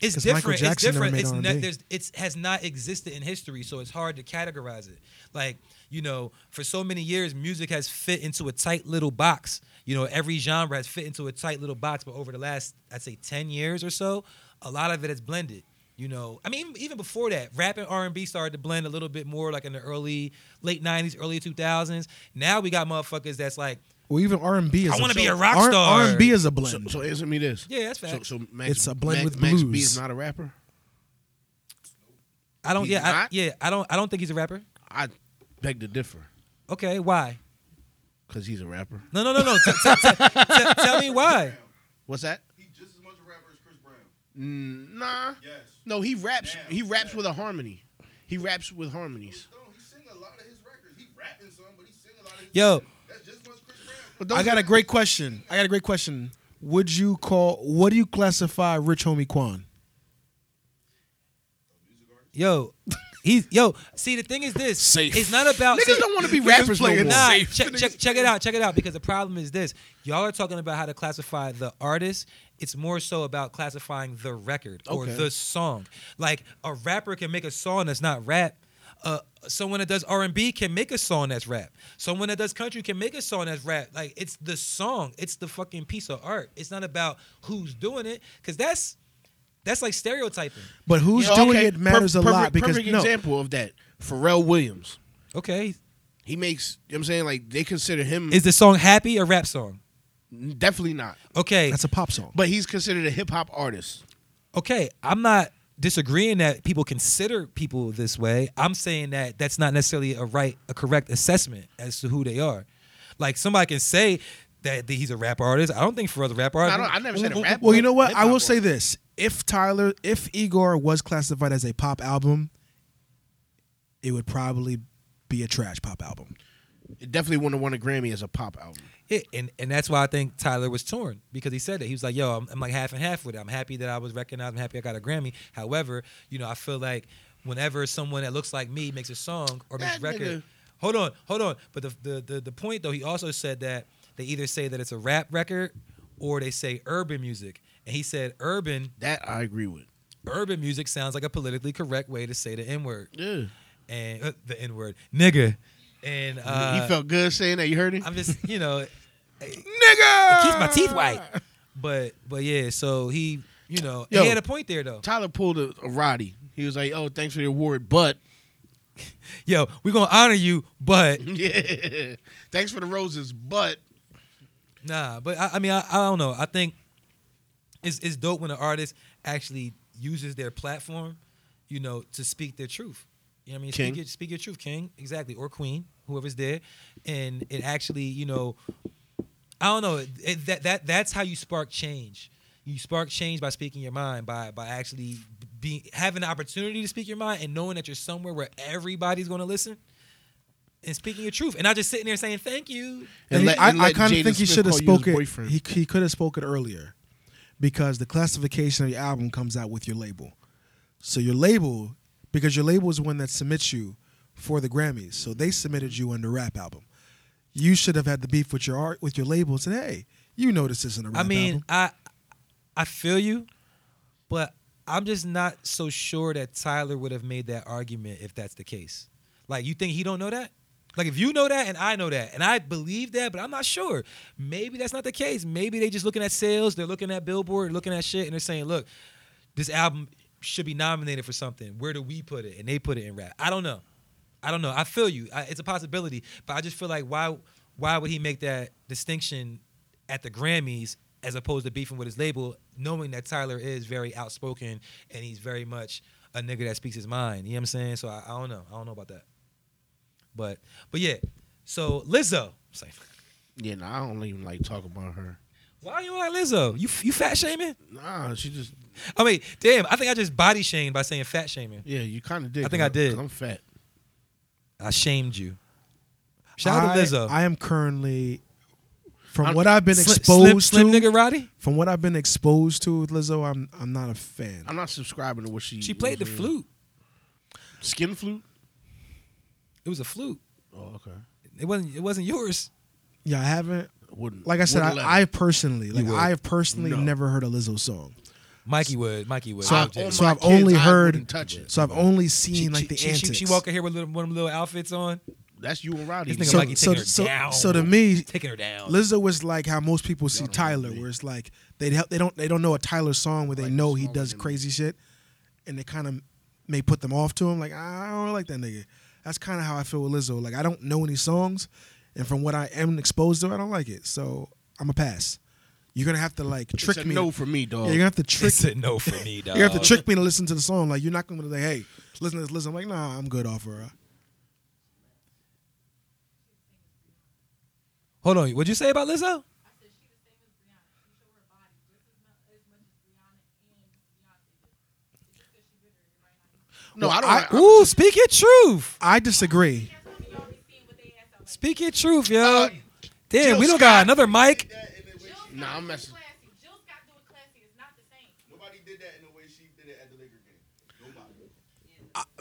C: it's
B: 'Cause Michael
C: different. It's
B: Jackson never
C: different.
B: made
C: It's
B: R&B.
C: not, there's, it's has not existed in history, so it's hard to categorize it. Like you know, for so many years, music has fit into a tight little box. You know, every genre has fit into a tight little box, but over the last, I'd say, ten years or so, a lot of it has blended. You know, I mean, even- even before that, rap and R and B started to blend a little bit more, like in the early, late '90s, early 2000s. Now we got motherfuckers that's like,
B: Well, even R and B is.
C: I wanna
B: to
C: be a rock star.
B: R and B is a
A: So,
B: blend.
A: so answer me this.
C: Yeah, that's
A: So,
C: facts.
A: so Max,
B: It's a blend
A: Max,
B: with
A: Max B
B: blues.
A: is not a rapper.
C: I don't,
A: He's
C: yeah, I,
A: not?
C: yeah, I don't, I don't think he's a rapper.
A: I beg to differ
C: Okay, why?
A: because he's a rapper.
C: No, no, no, no. T- t- t- t- tell me why.
A: What's that?
D: He's just as much a rapper as Chris Brown.
A: Mm, nah.
D: Yes.
A: No, he raps.
D: Damn.
A: He raps
D: Yeah.
A: with a harmony. He raps with harmonies.
D: No, he sing a lot of his records. He rapping some, but he sing a lot of his
C: Yo.
D: records. That's just as much Chris Brown.
A: But
B: I got a great question. I got a great question. Would you call? What do you classify Rich Homie Quan?
C: Yo, he's yo. See, the thing is this.
A: Safe.
C: It's not about.
A: Niggas
C: see-
A: don't want to be rappers no more.
B: playing
C: Nah, check, check, check it out. Check it out. Because the problem is this. Y'all are talking about how to classify the artist. It's more so about classifying the record or
A: Okay.
C: the song. Like a rapper can make a song that's not rap. Uh, someone that does R and B can make a song that's rap. Someone that does country can make a song that's rap. Like it's the song. It's the fucking piece of art. It's not about who's doing it. Cause that's that's like stereotyping.
B: But who's
A: Yeah,
B: doing
A: okay.
B: it matters
A: Per-
B: a lot
A: perfect-
B: because
A: perfect
B: no,
A: example of that. Pharrell Williams.
C: Okay.
A: He makes. You know what I'm saying like they consider him
C: Is the song happy a rap song?
A: definitely not,
C: Okay.
B: that's a pop song.
A: but he's considered a hip hop artist.
C: okay, I'm not disagreeing that people consider people this way. I'm saying that that's not necessarily a right, a correct assessment as to who they are. Like somebody can say that he's a rap artist. I don't think for other rap artists.
A: I don't. I never said a rap.
B: Well, you know what? I
A: hip-hop
B: will say
A: artist.
B: this: if Tyler, if Igor was classified as a pop album, it would probably be a trash pop album.
A: It definitely wouldn't have won a Grammy as a pop album.
C: Yeah, and, and that's why I think Tyler was torn because he said that he was like, "Yo, I'm, I'm like half and half with it. I'm happy that I was recognized. I'm happy I got a Grammy. However, you know, I feel like whenever someone that looks like me makes a song or makes a
A: That
C: record,
A: nigga.
C: hold on, hold on. But the, the the the point though, he also said that they either say that it's a rap record or they say urban music, and he said urban
A: That I agree with.
C: urban music sounds like a politically correct way to say the n word
A: Yeah.
C: and uh, the n word nigga, and uh,
A: he felt good saying that. You heard it,
C: I'm just you know. eh,
A: nigga.
C: It keeps my teeth white. But but yeah, so he you know
A: Yo.
C: he had a point there though.
A: Tyler pulled a, a Roddy. He was like, "Oh, thanks for the award, but
C: Yo, we're gonna honor you, but
A: yeah, thanks for the roses, but
C: nah. But I, I mean I, I don't know. I think it's it's dope when an artist actually uses their platform, you know, to speak their truth. You know what I mean?
A: King.
C: Speak your, speak your truth, King. Exactly, or Queen, whoever's there, and it actually you know I don't know. It, that that that's how you spark change. You spark change by speaking your mind, by by actually being having the opportunity to speak your mind and knowing that you're somewhere where everybody's going to listen and speaking your truth and not just sitting there saying thank you.
B: And he-
A: let-
B: I,
A: and
B: I
A: let
B: kind
A: Jaden
B: of think he
A: Smith
B: should have
A: call you his
B: spoken.
A: boyfriend.
B: He he could have spoken earlier, because the classification of your album comes out with your label. So your label, because your label is the one that submits you for the Grammys. So they submitted you under rap album. You should have had the beef with your art with your label and said, "Hey, you know this isn't a rap
C: I mean,
B: album."
C: I I feel you, but I'm just not so sure that Tyler would have made that argument if that's the case. Like you think he don't know that? Like if you know that and I know that and I believe that, but I'm not sure. Maybe that's not the case. Maybe they just looking at sales, they're looking at Billboard, looking at shit, and they're saying, look, this album should be nominated for something. Where do we put it? And they put it in rap. I don't know. I don't know. I feel you. I, it's a possibility, but I just feel like why why would he make that distinction at the Grammys as opposed to beefing with his label, knowing that Tyler is very outspoken and he's very much a nigga that speaks his mind. You know what I'm saying? So I, I don't know. I don't know about that. But but yeah. So Lizzo. Say,
A: Yeah, no, I don't even like talk about her.
C: Why you like Lizzo? You you fat shaming?
A: Nah, she just
C: I mean, damn. I think I just body shamed by saying fat shaming.
A: yeah, you kind of did.
C: I think I
A: 'cause
C: did.
A: 'cause I'm fat.
C: I shamed you. Shout out to
B: I-
C: Lizzo.
B: I am currently, from
A: I'm-
B: what I've been
C: Slim-
B: exposed
C: slim,
B: to,
C: slim nigga Roddy.
B: from what I've been exposed to with Lizzo, I'm I'm not a fan.
A: I'm not subscribing to what she.
C: She played the
B: Mm-hmm.
A: what I'm saying.
C: flute.
A: Skin flute.
C: It was a flute.
A: Oh, okay.
C: It wasn't. It wasn't yours.
B: yeah, I haven't.
A: Wouldn't.
B: Like I said,
A: wouldn't let
B: I, I
A: her.
B: personally, like
C: would.
B: I've personally
A: No.
B: never heard a Lizzo song.
C: Mikey would. Mikey would.
B: So
A: I-
B: I've,
A: all
B: so
A: my
B: I've
A: kids,
B: only
A: I
B: heard.
A: wouldn't touch it.
B: So I've only seen
C: she,
B: like
C: she,
B: the
C: she, she,
B: antics.
C: she walking here with little, one of them little outfits on,
A: that's you and Roddy.
C: This nigga
B: so,
C: Mikey
B: so,
C: taking her
B: so,
C: down.
B: so to me,
C: taking her down.
B: Lizzo was like how most people see
A: Y'all don't know
B: Tyler,
A: me.
B: where it's like they they don't they don't know a Tyler song where they
A: Like
B: know
A: the
B: he
A: smaller
B: does
A: than me.
B: crazy shit, and they kind of may put them off to him. Like "Ah, I don't like that nigga. That's kind of how I feel with Lizzo. Like I don't know any songs, and from what I am exposed to, I don't like it. So I'm a pass. You're gonna have to like
A: It's
B: trick
A: a
B: me.
A: No
B: yeah,
A: for me, dog.
B: you're gonna have to
C: They
B: trick.
C: said no for me, dog.
B: You have to trick me to listen to the song. Like you're not gonna be like, hey, listen to this, listen. I'm like, nah, I'm good off her.
C: Hold on. What'd you say about Lizzo?
A: no, I don't.
B: I-
A: I-
C: Ooh, speak your truth.
B: I disagree.
C: Speak your truth, yo.
A: Uh,
C: Damn,
A: Jill
C: we don't
A: Scott.
C: got another mic.
D: That in the way she,
A: Nah, I'm messing.
D: nobody did that in the way she did it at the Laker game. Nobody.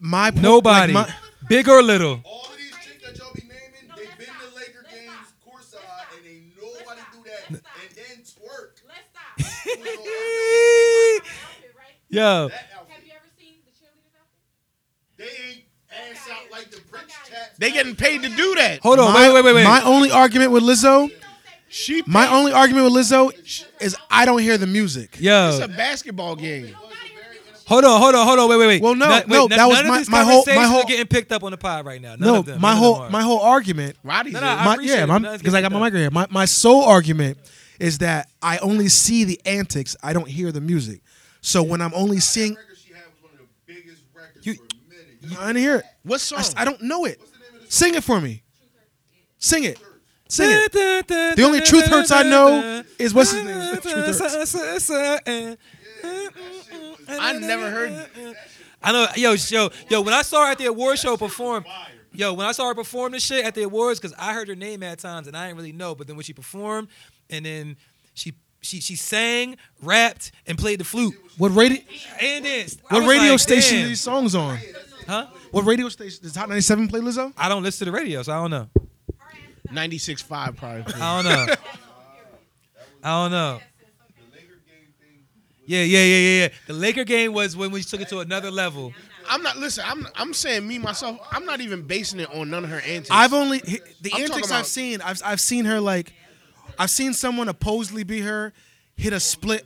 B: My point-
C: Nobody,
B: like, my-
C: big or little.
D: All of these chicks that y'all be naming, they been to Laker games, courtside, and they nobody do that. And then twerk.
C: Yo,
D: That outfit. They ain't ass out like the Prince chats.
A: They getting paid to do that.
C: hold on.
B: my-
C: wait, wait, wait, wait.
B: My only argument with Lizzo.
A: She.
B: My only argument with Lizzo sh- is I don't hear the music.
A: It's
C: yo,
A: a basketball game.
C: hold on, hold on, hold on. Wait, wait, wait.
B: Well, no,
C: Not- wait,
B: no,
C: none-
B: that was
C: none of
B: my-
C: this
B: my whole- my
C: conversation
B: whole-
C: is getting picked up on the pod right now. None
B: no,
C: of them,
B: my
C: none of
B: whole
C: them are.
B: my whole argument.
A: Roddy's
C: No,
A: no,
C: no, I-
B: My,
C: appreciate
B: yeah,
C: it, but
B: my
C: let's
B: because
C: get
B: I got
C: it
B: my
C: done.
B: mic right here. My my sole argument is that I only see the antics. I don't hear the music. So when I'm only seeing,
D: That record she had was one of the biggest records
C: You-
D: for a minute.
B: I didn't hear it.
A: what
B: I,
A: song?
B: s- I don't know it.
D: What's the name of this?
B: Sing it for me. Sing it. Sing it.
C: The
B: The only truth hurts I know is what's his name. Truth hurts.
A: I never heard-
C: I know, yo, yo, yo. When I saw her at the award show perform, yo, when I saw her perform this shit at the awards, because I heard her name at times and I didn't really know, but then when she performed, and then she she she sang, rapped, and played the flute
B: What radio?
C: and danced. I
B: What
C: was
B: radio
C: like,
B: station
C: damn.
B: are these songs on?
C: Huh?
B: What radio station does Hot 97 play Lizzo?
C: I don't listen to the radio, so I don't know.
A: 96.5 probably.
C: I don't know. I don't know.
D: The Laker game thing.
C: Yeah, yeah, yeah, yeah, yeah. The Laker game was when we took it to another level.
A: I'm not. Listen, I'm. I'm saying me myself. I'm not even basing it on none of her antics.
B: I've only h- the
A: I'm talking
B: antics
A: about-
B: I've seen. I've I've seen her like, I've seen someone opposedly be her, hit a split,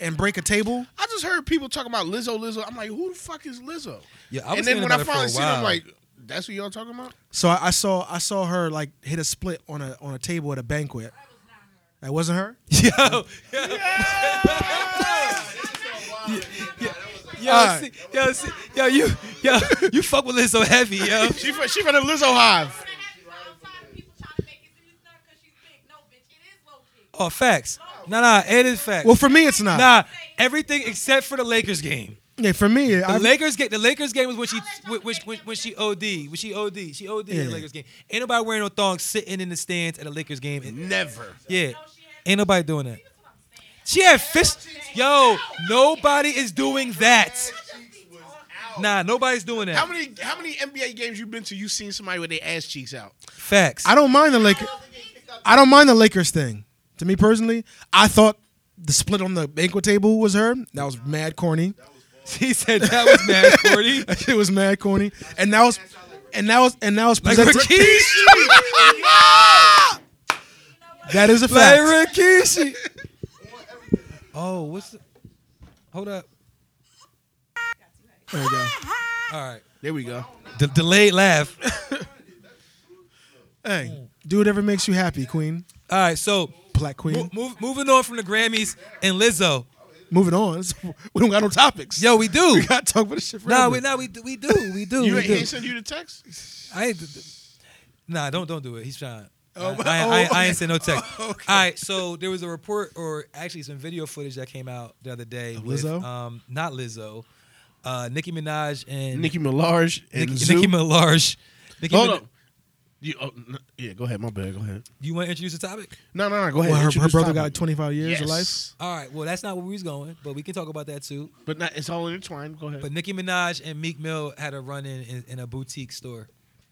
B: and break a table.
A: I just heard people talking about Lizzo. Lizzo. I'm like, who the fuck is Lizzo?
C: Yeah, I
A: and
C: was
A: then
C: thinking
A: when
C: about
A: I
C: it for
A: finally
C: a
A: see it, I'm
C: while.
A: like, that's what y'all talking about.
B: So I, I saw I saw her like hit a split on a on a table at a banquet. That wasn't her.
C: Yo, yo, yo,
B: Alright.
C: see, yo, see, yo, you, yo, you fuck with Lizzo heavy, yo.
A: She from, she from the Lizzo hive.
C: Oh, facts. Nah, nah, it is facts.
B: Well, for me it's not.
C: nah, everything except for the Lakers game.
B: Yeah, for me,
C: The
B: I,
C: Lakers game. The Lakers game was when she when, when, when, when she OD. When she OD. She OD in
B: Yeah.
C: the Lakers game. Ain't nobody wearing no thongs sitting in the stands at a Lakers game. And-
A: Never.
C: yeah, ain't nobody doing that. She had fist. Yo, nobody is doing that.
D: Cheeks was out.
C: Nah, nobody's doing that.
A: How many how many NBA games you been to? You seen somebody with their ass cheeks out?
C: Facts.
B: I don't mind the Lakers. I don't mind the Lakers thing. To me personally, I thought the split on the banquet table was her. That was mad corny.
C: She said that was mad, Cordy.
B: That shit was mad corny. And that was and that was and that was
C: Like
B: presented-
C: Rikishi.
B: That is a fact.
C: Like Rikishi. Oh, what's the, Hold up.
B: There we go.
C: All right.
A: There we go.
C: D- delayed laugh.
B: Hey, do whatever makes you happy, Queen.
C: All right. So
B: Black Queen.
C: mo- move, moving on from the Grammys and Lizzo.
B: Moving on. We don't got no topics.
C: Yo, we do.
B: we gotta talk about this shit forever.
C: No, we no, we do, we do, we do.
A: You
C: we
A: ain't he
C: do.
A: ain't send you the text?
C: I ain't. Nah, don't don't do it. He's trying.
B: Oh,
C: I, I, I, I ain't sent no text.
B: oh, okay.
C: All right, so there was a report, or actually some video footage that came out the other day.
B: Of
C: with,
B: Lizzo?
C: um, not Lizzo, uh, Nicki Minaj and
A: Nicki Minaj and
C: Nicki,
A: Zoo.
C: Nicki Minaj. Nicki
A: Hold
C: Min-
A: up. You, oh, n- yeah, go ahead. My bad. Go ahead.
C: You want to introduce the topic?
A: No, no, no. Go ahead.
B: Well, her, her
A: Introduce
B: brother
A: topic.
B: got like 25 years of life.
A: Yes.
C: All right. Well, that's not where we was going, but we can talk about that too.
A: But not, it's all intertwined. Go ahead.
C: But Nicki Minaj and Meek Mill had a run in in, in a boutique store.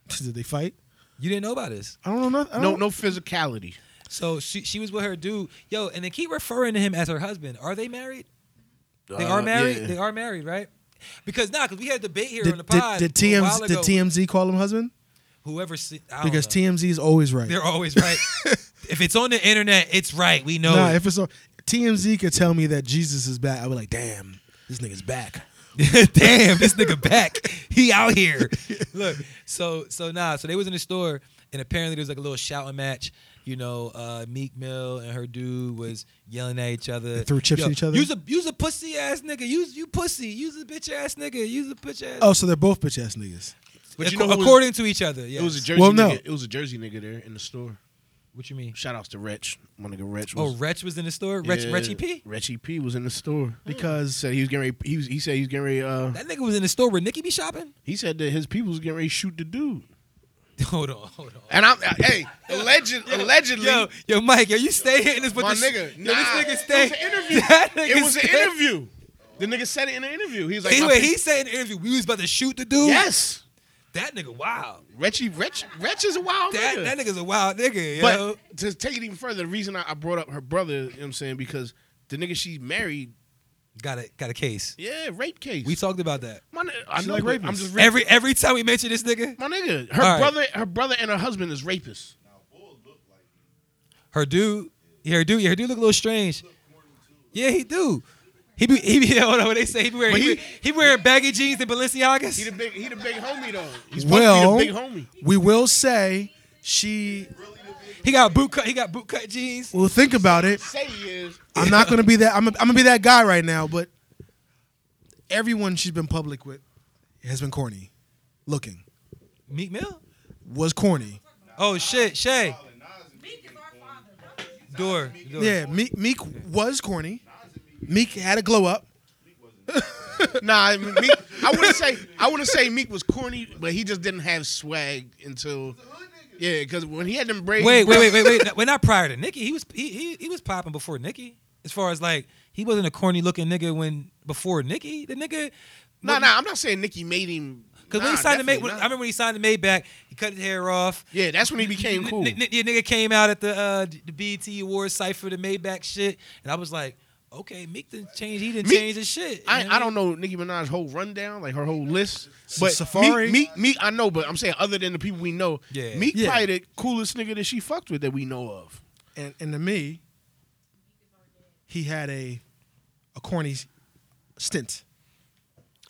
B: Did they fight?
C: You didn't know about this.
B: I don't know nothing.
A: no, no physicality.
C: So she she was with her dude. Yo, and they keep referring to him as her husband. Are they married? They are
A: Uh,
C: married.
A: yeah.
C: They are married, right? Because nah, because we had a debate here on
B: Did,
C: the
B: did,
C: pod.
B: did,
C: a while
B: TMZ, did
C: ago.
B: TMZ call him husband?
C: whoever se- I
B: Because
C: don't know.
B: TMZ is always right.
C: they're always right. if it's on the internet, it's right. We know.
B: Nah,
C: it.
B: if it's on, TMZ could tell me that Jesus is back. I would like, damn, this nigga's back.
C: Damn, this nigga back. He out here. Look, so so nah. So they was in the store, and apparently there was like a little shouting match. You know, uh, Meek Mill and her dude was yelling at each other.
B: They threw chips
C: Yo,
B: at each other?
C: Use a use a pussy ass nigga. Use you pussy. Use a bitch ass nigga. Use a bitch ass.
B: Oh, so they're both bitch ass niggas.
A: But you
C: Acco-
A: know who was-
C: according to each other. Yeah.
A: It was a Jersey.
B: Well, no.
A: nigga. It was a Jersey nigga there in the store.
C: what you mean?
A: Shout outs to Wretch. My nigga Wretch.
C: Oh,
A: Was,
C: Wretch was in the store. Wretch,
A: Yeah,
C: Wretchy E P.
A: Wretchy P was in the store because said he was getting ready. He, was, he said he was getting ready. Uh,
C: That nigga was in the store where Nikki be shopping.
A: he said that his people was getting ready to shoot the dude.
C: Hold on, hold on.
A: And I'm I, hey, alleged, allegedly,
C: Yo, yo, Mike, yo, you stay hitting this with
A: my
C: this
A: nigga.
C: Yo,
A: nah,
C: this nigga stay.
A: It was an interview.
C: That nigga
A: it was an
C: stay-
A: interview. The nigga said it in the interview. He was like, my pe-
C: anyway, he said in the interview we was about to shoot the dude.
A: yes.
C: that nigga, wow.
A: Wretchy, Wretch, Wretch is a wild
C: That
A: nigga.
C: that nigga's a wild nigga. Yo.
A: Oh, But to take it even further, the reason I, I brought up her brother, you know what I'm saying, because the nigga she married,
C: got a got a case.
A: yeah, rape case.
C: We talked about that.
A: my, ni- I
B: She
A: know,
B: like
A: but I'm
B: rapists.
A: just
C: Every every time we mention this nigga,
A: my nigga. Her
C: All right.
A: brother, her brother, and her husband is rapists.
C: her dude, yeah, her dude, yeah, her dude look a little strange. Yeah, he do. He be he be. Hold on, what they say he be wearing
A: But
C: he,
A: he-
C: be- he wearing baggy jeans and Balenciagas.
A: He the big, he the big homie though. He's supposed
B: Well,
A: to be the big homie.
B: we will say she.
C: He got boot cut. He got boot cut jeans.
B: Well, think about it.
A: Say he is.
B: I'm not gonna be that. I'm, I'm gonna be that guy right now. But everyone she's been public with has been corny, looking
C: Meek Mill.
B: was corny.
C: Oh shit, Shay. Door. door.
B: Yeah, Meek, Meek was corny. Meek had a glow up.
A: Nah, I, mean, Meek, I wouldn't say I wouldn't say Meek was corny, but he just didn't have swag until yeah, because when he had them braids.
C: Wait, wait, wait, wait, wait. No, We're not prior to Nicki. He was he, he he was popping before Nicki. As far as like he wasn't a corny looking nigga when before Nicki. The nigga
A: No, no, I'm not saying Nicki made him.
C: Cause when
A: nah,
C: he signed the May,
A: definitely
C: when, I
A: not.
C: remember when he signed the Maybach, he cut his hair off.
A: yeah, that's when he became
C: N-
A: cool.
C: n- n- yeah, nigga came out at the uh, the BET Awards cipher the Maybach shit, and I was like, okay, Meek didn't change. He didn't
A: Meek-
C: change his shit. You
A: I,
C: know what
A: I don't know Nicki Minaj's whole rundown, like her whole list.
B: S-
A: But
B: Safari?
A: Meek, Meek, Meek, I know, but I'm saying other than the people we know,
C: Yeah.
A: Meek
B: Yeah.
A: probably the coolest nigga that she fucked with that we know of.
B: and and to me, he had a a corny stint,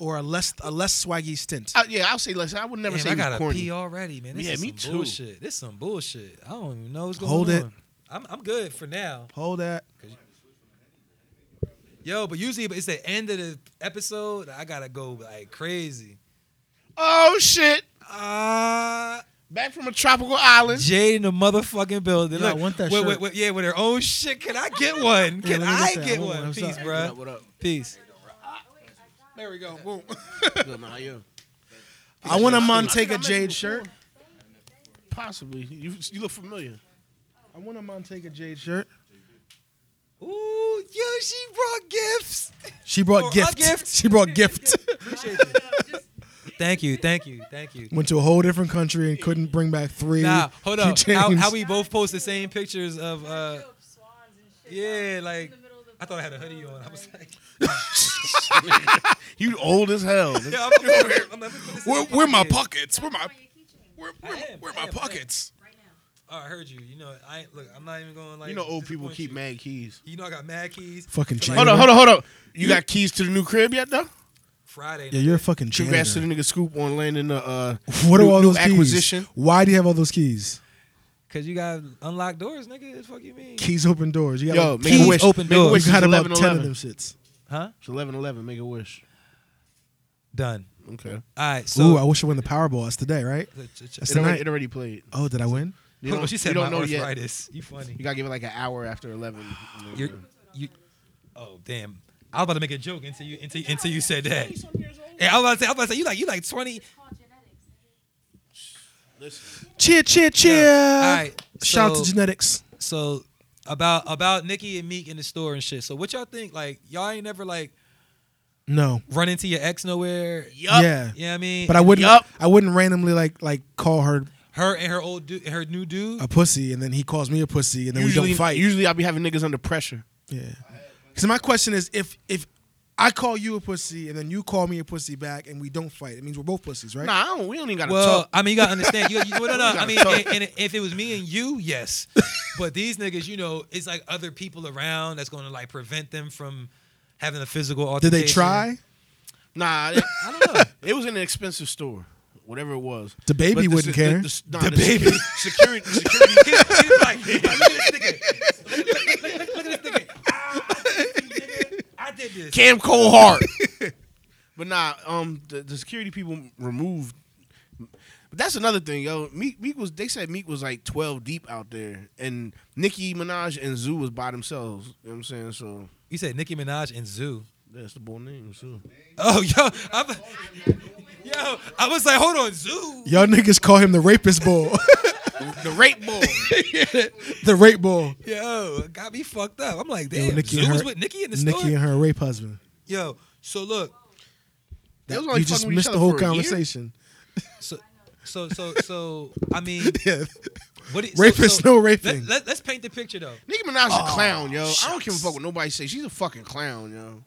B: or a less a less swaggy stint.
A: I, yeah, I'll say less. I would never
C: Damn,
A: say
C: I
A: he was
C: gotta
A: corny.
C: pee already, man. This
A: Yeah,
C: is
A: me
C: some
A: too.
C: bullshit. This is some bullshit. I don't even know what's going
B: Hold
C: on.
B: it.
C: I'm I'm good for now.
B: Hold that.
C: Yo, but usually it's the end of the episode. I gotta go like crazy.
A: Oh shit!
B: Uh,
C: Ah.
A: Back from a tropical island.
C: Jade in the motherfucking building.
B: Yeah, I
C: Look,
B: want that
C: with,
B: shirt.
C: with- with- yeah, with her own shit. Can I get one?
B: Yeah, let
C: Can
B: me
C: I
B: get that.
C: get
B: I want
C: one?
B: one.
C: Peace,
B: What's
A: What up,
C: bruh.
A: what up?
C: Peace.
B: There we go. Boom.
A: Good, man, how you?
B: I want a
A: think I
B: Montega
A: met you
B: Jade
A: before.
B: shirt.
A: Possibly. You, you look familiar.
B: I want a Montega Jade shirt.
C: Ooh, yo, she brought gifts.
B: She
C: Or a
B: brought gift.
C: gift.
B: She brought gift.
C: Thank you, thank you, thank you.
B: Went to a whole different country and couldn't bring back three.
C: Nah, hold up.
B: keychains.
C: How, how we both post the same pictures of uh yeah, like I thought I had a hoodie on. I was like,
A: You old as hell. nigga.
C: yeah, I'm over here. I'm like,
E: Where, where my
C: pocket?
E: pockets? Where my where, where,
C: I am,
E: where
C: I
E: my
C: am, I am.
E: pockets?
C: Oh, I heard you. You know, I ain't, look. I'm not even going like.
A: you know, old people
C: disappoint
A: keep
C: you.
A: mad keys.
C: You know, I got mad keys.
B: Fucking
C: Like,
B: Jada.
A: Hold on, hold on, hold on. You got keys to the new crib yet, though?
C: Friday.
B: Yeah, you're a fucking
A: Congrats to the
B: janitor.
A: nigga Scoop on landing the uh,
B: What are
A: new-
B: all
A: new
B: those keys?
A: acquisition.
B: Why do you have all those keys?
C: Cause you got unlocked doors, nigga. The fuck you mean?
B: Keys open doors. You got
A: Yo,
B: like,
A: make a
C: keys
A: wish.
C: open
A: make
C: doors.
A: a wish.
B: you got
A: It's
B: about
A: 11,
B: 10 of them
A: 11.
B: shits.
C: Huh?
A: It's 11, 11. Make a wish.
C: Done.
A: Okay.
C: All right.
B: Ooh, I
C: So.
B: wish I won the Powerball. That's today, right?
A: It already,
B: Tonight-
A: it already played.
B: Oh, did I win?
A: You don't,
C: she said
A: you don't
C: my
A: know yet.
C: arthritis. You funny.
A: You gotta give it like an hour after 11.
C: You're, you, oh damn! I was about to make a joke until you until, until you said that. And I was about to say, I was about to say you like you like twenty.
A: Listen,
B: Cheer, cheer, cheer.
A: Uh,
C: All right.
B: Shout out
C: so-
B: to genetics.
C: So about about Nikki and Meek in the store and shit. So what y'all think? Like y'all ain't never like
B: No.
C: run into your ex nowhere.
B: Yeah.
C: You know what I mean?
B: But I wouldn't.
A: Yup.
B: I wouldn't randomly like like call her
C: her and her old dude, her new dude.
B: a pussy, and then he calls me a pussy, and then
A: usually,
B: we don't fight.
A: Usually, I'll be having niggas under pressure.
B: Yeah. Because my question is, if if I call you a pussy, and then you call me a pussy back, and we don't fight, it means we're both pussies, right?
A: Nah, I don't, we don't even gotta
C: well,
A: talk.
C: I mean, you gotta understand. You, you, well, no, no. I mean,
A: gotta
C: and, and if it was me and you, yes. But these niggas, you know, it's like other people around that's going to like prevent them from having a physical
B: Did they
C: altercation.
B: try?
A: Nah, it,
C: I don't know.
A: it was in an expensive store, whatever it was.
B: The baby
A: But
B: wouldn't care.
A: The, the, nah,
C: The
A: the,
C: baby.
A: security, security.
C: He's like, look at this nigga. Look, look, look, look at this nigga. Ah, nigga, I did this.
A: Cam Cole Hart. but nah, um, the, the security people removed. But that's another thing, yo. Meek, Meek was. They said Meek was like twelve deep out there, and Nicki Minaj and Zoo was by themselves. You know what I'm saying? So
C: You said Nicki Minaj and Zoo.
A: that's the bull name, Zoo.
C: Oh, yo, I'm, yo, I was like, hold on, Zoo.
B: Y'all niggas call him the rapist bull,
A: The rape bull.
B: the rape bull.
C: Yo, got me fucked up. I'm like, damn,
B: Nicki
C: Zoo
B: and
C: was
B: her-
C: with Nicki in the store.
B: Nikki and her rape husband.
C: Yo, so look,
A: They was only
B: You just
A: fucking with each
B: missed the
A: other
B: whole
A: for a year?
B: conversation.
C: so, so, so, so, I mean,
B: Yeah.
C: what it-
B: Rapist, no raping.
C: Let, let, let's paint the picture though.
A: Nicki Minaj's a clown, yo. I don't give a
B: Oh, shucks.
A: fuck what nobody say. She's a fucking clown, yo.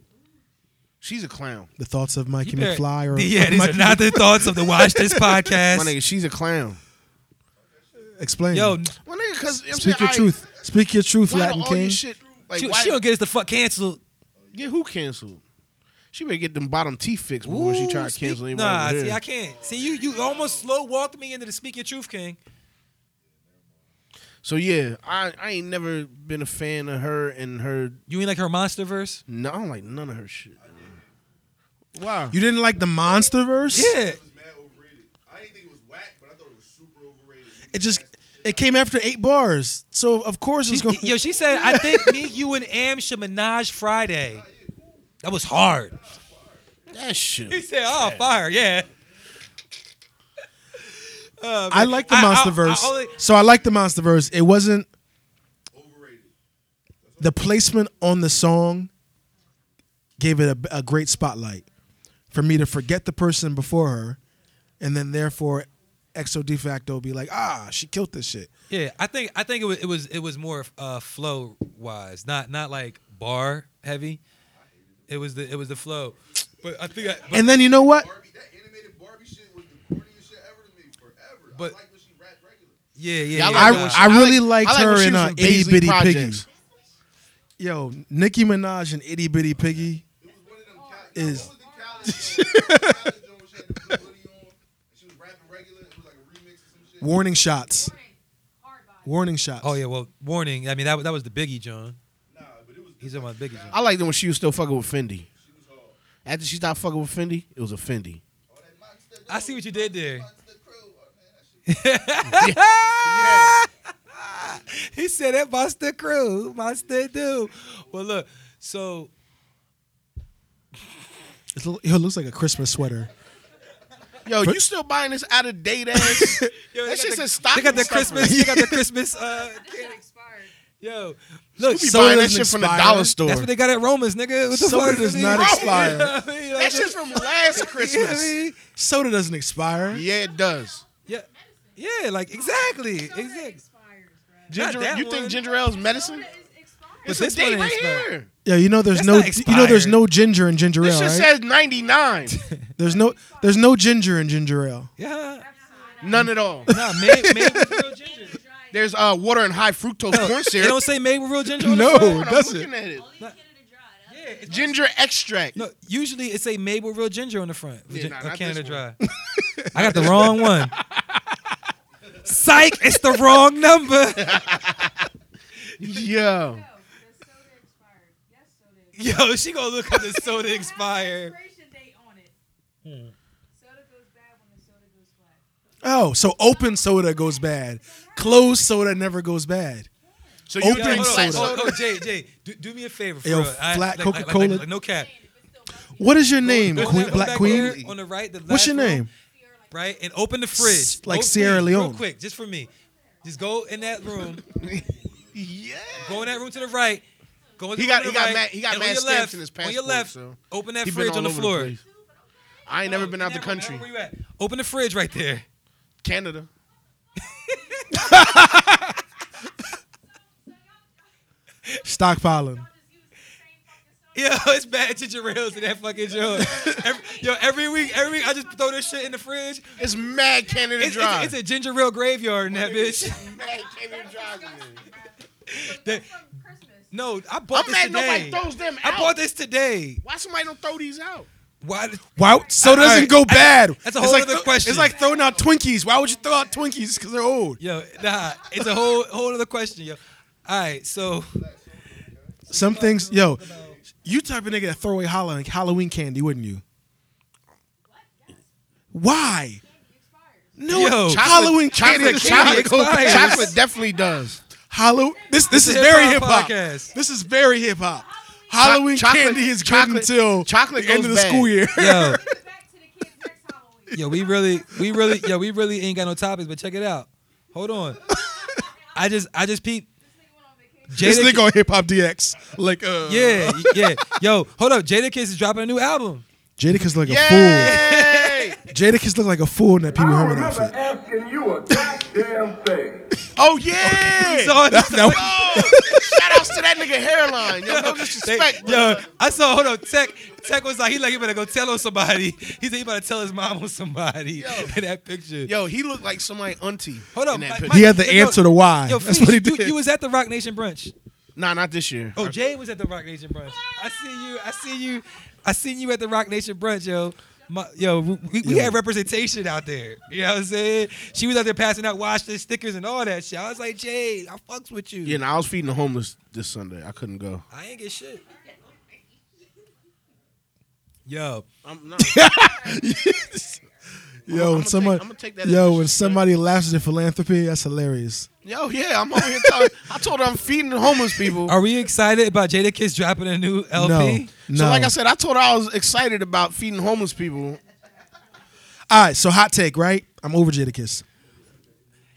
A: She's a clown.
B: The thoughts of Mikey
C: You better-
B: McFly or
C: yeah, these are
B: Mikey
C: not the thoughts of the Watch This
A: My
C: podcast.
A: nigga, she's a clown.
B: Explain.
C: Yo,
A: My nigga, cause you know what I'm
B: speak your
A: saying,
B: truth. Speak your truth,
A: Why
B: Latin
A: all your
B: King.
A: shit? Like,
C: she,
A: why,
C: she don't get us the fuck canceled.
A: Yeah, who canceled? She better get them bottom teeth fixed before she try
C: Ooh,
A: to
C: speak-
A: cancel anybody.
C: Nah,
A: over
C: see,
A: here.
C: I can't. See, you you almost slow walked me into the speak your truth, King.
A: So yeah, I, I ain't never been a fan of her and her.
C: You ain't like her monster verse.
A: No, I don't like none of her shit. Wow.
B: You didn't like the monster verse?
C: Yeah,
D: It was mad overrated. I didn't think it was whack, but I thought it was super overrated.
B: It just it came after eight bars, so of course it's going.
C: yo, she said, I think me, you, and Am should menage Friday. That was hard.
A: that
C: He
A: shit.
C: said, oh, fire, yeah. Uh,
B: I like the
C: I- I-
B: monster verse,
C: I only-
B: so I like the monster verse. It wasn't
D: Overrated.
B: the placement on the song gave it a, a great spotlight for me to forget the person before her, and then therefore, exo de facto be like, ah, she killed this shit.
C: Yeah, I think I think it was it was it was more uh, flow wise, not not like bar heavy. It was the it was the flow, but I think I, but,
B: And then you know what?
D: Barbie, that animated Barbie shit was the corniest shit ever to me forever.
C: But-
D: I like when she rapped regular.
C: yeah yeah.
A: Yeah, I like
C: yeah,
B: I,
A: that
C: nah.
A: one.
B: I
A: I
B: really
A: like-
B: liked
A: I like when
B: her
A: she
B: in
A: was
B: uh,
A: from
B: Itty
A: Paisley
B: Bitty Piggy.
A: Projects.
B: Yo, Nicki Minaj and Itty Bitty Piggy.
D: It was one of them Cal-
B: Is-
D: What was the Cali Cali joint where she had the blue hoodie on and she was rapping regular? It was like a remix or some shit.
B: Warning shots. Warning shots.
C: Oh yeah, well, warning. I mean that that was the Biggie John.
D: Nah, but it was
C: He's on my Biggie John.
A: I liked it when she was still fucking with Fendi.
D: she was hard.
A: After she stopped fucking with Fendi, it was a Fendi.
D: All that monster.
C: I see what you did there.
D: Monster crew. Oh, man, that shit.
C: he said that monster crew, monster do. Well, look, so
B: It's l- yo, it looks like a Christmas sweater.
A: Yo, you still buying this out of date ass?
C: Yo,
A: that
C: they got
A: shit
C: the-
A: says stop.
C: They got the Christmas. They got the Christmas. Uh, yo,
A: You
C: look,
A: be
C: so
A: buying that
B: doesn't
A: shit from the
B: expire.
A: dollar store.
C: that's what they got at Romans, nigga. What the
B: Soda
C: fuck
B: does
C: is
B: not
C: he-
B: expire.
C: You know what I mean? Like,
A: that shit's from last Christmas.
C: you know what I mean?
B: Soda doesn't expire.
A: Yeah, it does.
C: Yeah, yeah, like exactly, exactly. Not
A: Ginger,
C: that
A: you think
C: one.
A: ginger ale's medicine? It's
C: this
A: a date
C: one
A: right
C: ain't expired.
A: here.
B: Yeah, you know there's
C: That's
B: no
C: not
B: you know there's
C: expired.
B: no ginger in ginger ale,
A: This shit
B: right?
A: says 99.
B: there's no there's no ginger in ginger ale.
C: Yeah,
A: None at all.
C: nah, made, made with real ginger.
A: There's uh, water and high fructose corn
C: They don't
A: syrup.
C: say made with real ginger. on the
B: No.
C: front?
A: Hold on, I'm
B: doesn't.
A: looking at it.
C: Yeah, it's-
F: Ginger extract.
C: No, usually it's a made with real ginger on the front. Virgin-
A: nah,
C: or
A: not
C: Canada
A: this
C: Dry. I got the wrong one. Psych, it's the wrong number.
F: Yo.
C: Yo, she gonna look at the soda expired.
B: Oh, so open soda goes bad. Closed soda never goes bad.
F: So you
B: Open
C: Yo,
F: drink
C: hold
F: soda.
C: on.
B: soda.
C: Oh, oh, Jay, Jay, do, do me a favor. For
B: Yo,
C: real. I-
B: flat
C: like- like- like-
B: Coca-Cola.
C: like, no cap.
B: What is your name,
C: There's
B: Queen,
C: that one
B: Black
C: back
B: Queen?
C: there On the right, the
B: What's
C: last
B: your
C: row,
B: name?
C: Right, and open the fridge.
B: like
C: Go
B: Sierra
C: please, real
B: Leone.
C: quick, just for me. Just go in that room.
F: Yeah.
C: Go in that room to the right. Go in the
F: He
C: room
F: got-
C: to the
F: he got
C: right,
F: mad- he got
C: and on
F: mad
C: your
F: stamps
C: left-
F: in his
C: On your
F: passport,
C: left,
F: so
C: open that
F: He been
C: fridge
F: all
C: on the
F: over
C: floor.
F: place. I ain't never been out the
C: Wherever-
F: country.
C: wherever you at. Open the fridge right there.
F: Canada.
B: Stockpiling.
C: Yo, it's bad ginger rails in that fucking joint. Every, yo, every week, every week I just throw this shit in the fridge.
F: It's mad Canada
C: It's, it's,
F: dry.
C: a, it's a ginger rail graveyard in that bitch.
F: mad
A: "Oh
F: Canada dry. in there.
C: That- No, I bought
F: I'm
C: this
F: mad nobody
C: today.
F: throws them out.
C: I bought this today.
F: Why somebody don't throw these out?
C: Why?
B: Wow, soda
C: All
B: doesn't
C: right,
B: go
C: I-
B: bad.
C: that's a
B: It's
C: whole
B: like
C: other
B: thro-
C: question.
B: It's like throwing out Twinkies. Why would you throw out Twinkies? Because they're old.
C: Yo, nah, it's a whole whole other question, yo. All right, so
B: Some things, yo, you type of nigga that throw away Halloween, Halloween candy, wouldn't you? Why? No,
A: Oh,
C: Yo,
B: Halloween candy.
C: chocolate
B: does
C: candy
B: not go
C: expires.
B: bad.
F: Chocolate definitely does.
B: Hallow- this this is
C: a
B: very hip
C: hip-hop
B: hop.
C: podcast.
B: This is very hip hop. Halloween
F: chocolate-
B: candy is
F: chocolate-
B: good until
F: chocolate
B: the end
F: goes
B: of the
F: bad.
B: school year.
C: yo, yo, we really, we really, yo, we really ain't got no topics, but check it out. Hold on, I just, I just peep.
B: this
C: Jada-
B: nigga on hip hop DX, like uh,
C: Yeah, yeah. Yo, hold up. Jada Kiss is dropping a new album.
B: Jadakiss look like a
F: Yay!
B: fool. Jadakiss look like a fool in that Pee Wee Herman outfit.
G: asking you a goddamn thing.
F: oh yeah!
C: So
F: Yo, shout outs to that nigga hairline. Yo, no disrespect, bro.
C: yo, I saw. Hold up, Tech. Tech was like, he like, he better go tell on somebody. He said he better tell his mom on somebody in that picture.
F: Yo, he looked like somebody auntie.
C: hold up,
F: in that
C: Mike-
F: picture.
B: He had the
C: Yo, yo,
B: answer to why.
C: Yo,
B: That's what he
C: Feast, you-
B: did.
C: You, was at the Rock Nation brunch.
F: Nah, not this year.
C: Oh, Jay was at the Rock Nation brunch. I see you. I see you. I seen you at the Rock Nation brunch, yo. My, yo, we, we- we had representation out there. You know what I'm saying? She was out there passing out watches, stickers, and all that shit. I was like, Jay, I fucks with you.
A: Yeah, nah, I was feeding the homeless this Sunday. I couldn't go.
C: I ain't get shit. Yo,
A: I'm not.
B: Yo, when
A: take-
B: somebody,
A: I'ma take that
B: yo,
A: as
B: when
A: disrespect.
B: somebody laughs at their philanthropy, that's hilarious.
A: Yo, yeah, I'm over here talking. I told her I'm feeding the homeless people.
C: are we excited about Jada Kiss dropping a new LP?
B: No, no.
A: So, like I said, I told her I was excited about feeding homeless people.
B: all right. So hot take, right? I'm over Jadakiss.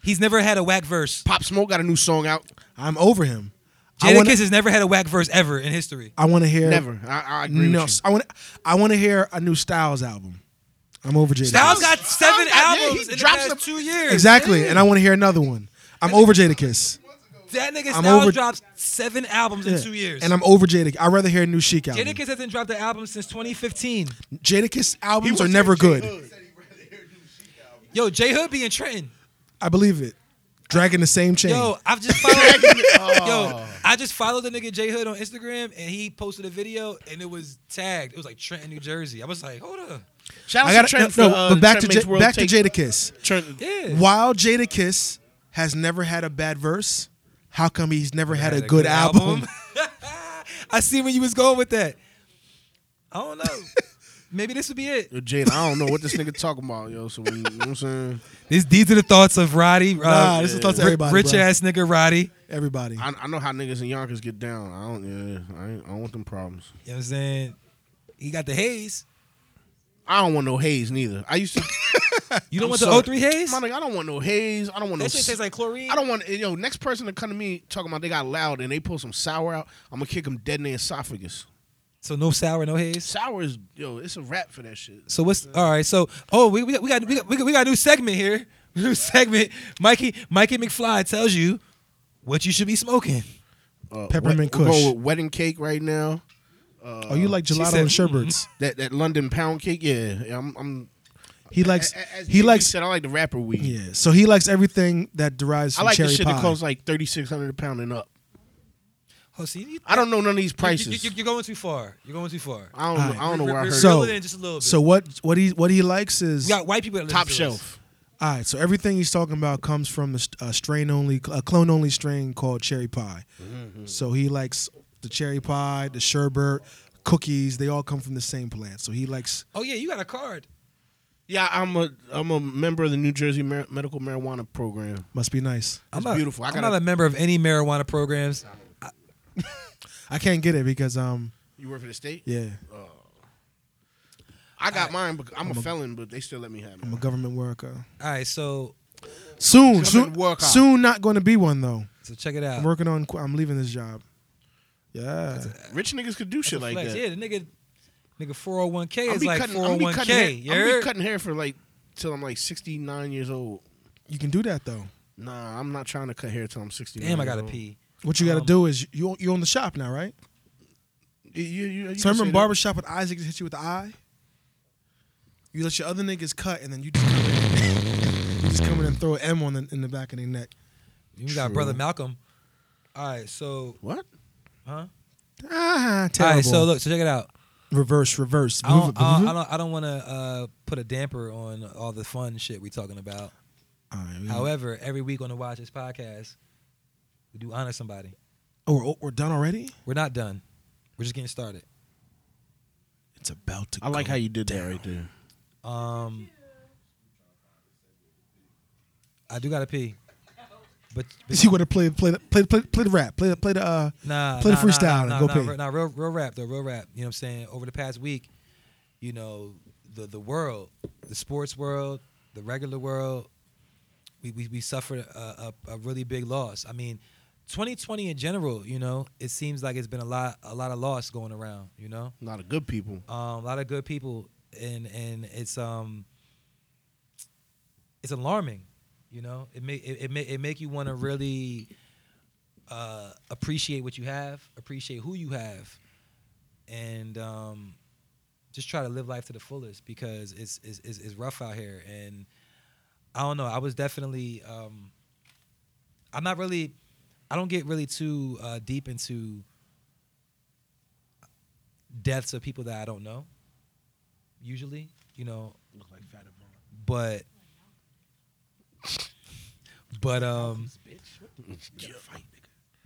C: He's never had a whack verse.
A: Pop Smoke got a new song out.
B: I'm over him. I
C: Jada
B: wanna-
C: Kiss has never had a whack verse ever in history.
B: I want to hear
A: Never. I, I agree
B: No,
A: with
B: I want. I want to hear a new Styles album. I'm over Jadakiss.
C: Styles got seven
A: Styles got- Oh, yeah,
C: albums
A: he
C: in the
A: drops
C: past
A: the-
C: two years.
B: exactly, and I want to hear another one. I'm over Jadakiss.
C: That nigga
B: I'm
C: Styles
B: over-
C: dropped seven albums
B: Yeah.
C: in two years.
B: and I'm over Jadakiss. I'd rather hear a new Chic album.
C: Jada Kiss hasn't dropped an album since 2015.
B: Jadakiss albums are never good.
C: Yo, J Hood be in Trenton.
B: I believe it. Dragging the same chain.
C: Yo, I've just followed.
B: Oh.
C: Yo, I just followed the nigga J Hood on Instagram, and he posted a video, and it was tagged. It was like Trenton, New Jersey. I was like, hold up.
A: you. Shout out
B: I got
A: to Trent
B: to no,
A: for, uh,
B: but back
A: Trent
B: to
A: Makes
B: J-
A: World
B: back to
A: Take.
B: Jadakiss.
A: Trent, uh,
C: Yeah.
B: While Jadakiss has never had a bad verse, how come he's never had, a, good, album?
C: I see where you was going with that. I don't know. Maybe this would be it.
A: Yo, Jada, I don't know what this nigga talking about, yo. So, when, you know what I'm saying?
C: This, these are the thoughts of Roddy. Uh,
B: Nah, this is thoughts of
C: ri-
B: everybody,
C: Rich
B: bro.
C: ass nigga Roddy.
B: Everybody.
A: I, I know how niggas in Yonkers get down. I don't, yeah, I, ain't, I don't want them problems.
C: You know what I'm saying? He got the haze.
A: I don't want no haze neither. I used to,
C: You don't
A: I'm
C: want
A: sorry.
C: the 03 haze?
A: my nigga, I don't want no haze. I don't want no.
C: That shit
A: s-
C: tastes like chlorine.
A: I don't want yo. Next person to come to me talking about they got loud and they pull some sour out, I'm gonna kick them dead in the esophagus.
C: So no sour, no haze.
A: Sour is yo, it's a rap for that shit.
C: So what's all right? So oh, we we got we got we got, we got, we got a new segment here. New segment. Mikey Mikey McFly tells you what you should be smoking.
A: Uh,
B: Peppermint
A: wet, we're
B: Kush.
A: going with wedding cake right now.
B: oh, you like
C: she
B: gelato
C: said,
B: and sherbets?
A: That that London pound cake. Yeah, yeah, I'm. I'm
B: He likes.
A: a- as
B: He
A: JB
B: likes.
A: Said I like the rapper weed.
B: Yeah. So he likes everything that derives
A: I
B: from
A: like the
B: cherry
A: shit
B: pie.
A: that costs like thirty six hundred a pound and up.
C: Oh, see, you-
A: I don't know none of these prices.
C: You, are going too far. You're going too far.
A: I don't. know, I don't know where I heard.
C: Reel
A: it.
B: So-
C: it in just a little bit.
B: So what what he what he likes is
C: we got white people that listen
A: top
C: to us.
A: shelf.
B: All right, so everything he's talking about comes from the uh, strain only, a clone only strain called cherry pie.
A: Mm-hmm.
B: So he likes the cherry pie, the sherbet, cookies. They all come from the same plant. So he likes.
C: Oh yeah, you got a card.
A: Yeah, I'm a I'm a member of the New Jersey Mar- Medical Marijuana Program.
B: Must be nice.
C: I'm
A: It's
C: not,
A: beautiful. I
C: I'm
A: gotta-
C: not a member of any marijuana programs.
B: I can't get it because um
A: You work for the state?
B: yeah
A: I got mine, but I'm, a, felon, but they still let me have
B: I'm a
A: it.
B: government worker.
C: All right, so
B: Soon, soon,
A: Government worker. Uh.
B: soon, not going to be one though.
C: so check it out.
B: I'm working on. qu- I'm leaving this job. Yeah,
A: Rich niggas could do shit like
C: Flex.
A: that.
C: Yeah, the nigga, nigga, 401k
A: I'm
C: is
A: be
C: like
A: cutting, I'm be cutting
C: 401k. You
A: hair. I'm
C: heard?
A: be cutting hair for like till I'm like 69 years old.
B: you can do that though.
A: Nah, I'm not trying to cut hair till I'm 69.
C: Damn, I
A: years
C: gotta
A: old.
C: pee.
B: What you got to
C: Um,
B: do is you you own the shop now, right?
A: You, you, you, you
B: So I
A: can say
B: remember
A: that.
B: barbershop with Isaac hit you with the eye. You let your other niggas cut, and then you just, you just come in and throw an M on the, in the back of their neck.
C: You got brother Malcolm. All right, so
A: What?
B: Ah,
C: all
B: terrible.
C: right, so look, so check it out.
B: reverse, reverse.
C: I don't, I don't, I don't, I don't want to uh, put a damper on all the fun shit we talking about.
B: All right, we-
C: However, every week on the Watch This podcast, we do honor somebody.
B: oh, we're, we're done already.
C: We're not done. We're just getting started.
B: It's about to.
A: I like
B: go
A: how you did that right there.
C: Um, I do gotta pee, but, but
B: You want to play play the- play play play the rap? Play the play the uh.
C: nah,
B: Play the
C: nah,
B: freestyle and
C: Nah, nah,
B: go
C: nah,
B: pee.
C: re- nah, real, real rap though, real rap. You know what I'm saying? Over the past week, you know the the world, the sports world, the regular world, we we, we suffered a, a, a really big loss. I mean, 2020 in general, you know, it seems like it's been a lot a lot of loss going around. You know.
A: A lot of good people.
C: um, a lot of good people, and and it's um, it's alarming, you know. It make it it make, it make you want to really uh, appreciate what you have, appreciate who you have, and um, just try to live life to the fullest because it's it's, it's, it's rough out here. And I don't know. I was definitely um, I'm not really I don't get really too uh, deep into deaths of people that I don't know. Usually, you know. But. But um.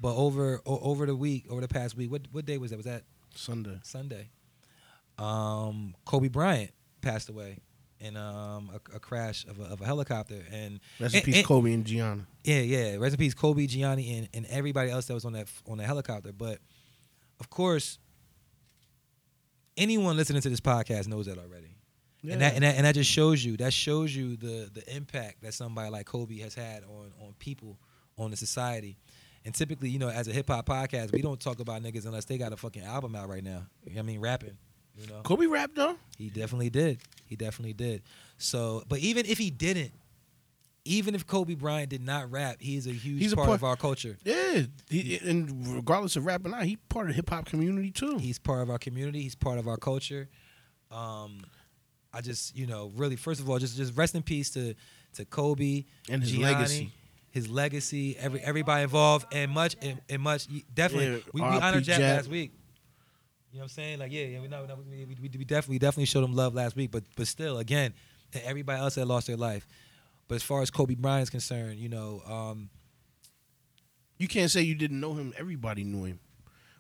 C: But over o- over the week, over the past week, what what day was that? Was that
A: Sunday.
C: Sunday? Um, Kobe Bryant passed away in um a, a crash of a, of a helicopter, and
A: Rest in
C: and-
A: peace,
C: and-
A: Kobe and Gianna.
C: yeah, yeah. Rest in peace, Kobe, Gianni, and, and everybody else that was on that on that helicopter. But of course, anyone listening to this podcast knows that already. And, that, and that and that just shows you that shows you the the impact that somebody like Kobe has had on on people, on the society. And typically, you know, as a hip hop podcast, we don't talk about niggas unless they got a fucking album out right now. You know what I mean, rapping. You know,
A: Kobe rapped though.
C: he definitely did. He definitely did. So, but even if he didn't, even if Kobe Bryant did not rap, he's a huge
A: He's a
C: part
A: part-
C: of our culture.
A: Yeah, he, and regardless of rap or not, he part of hip hop community too.
C: He's part of our community. He's part of our culture. Um, I just, you know, really, first of all, just just rest in peace to to Kobe
A: And his
C: Gianni,
A: legacy.
C: his legacy, every everybody involved, and much and, and much definitely.
A: Yeah,
C: we, we
A: R.I.P.
C: honored Jack
A: Jack.
C: last week. You know what I'm saying? Like, yeah, yeah, we not, we, we, we definitely we definitely showed him love last week, but but still, again, to everybody else that lost their life. But as far as Kobe Bryant's concerned, you know, um,
A: you can't say you didn't know him. Everybody knew him.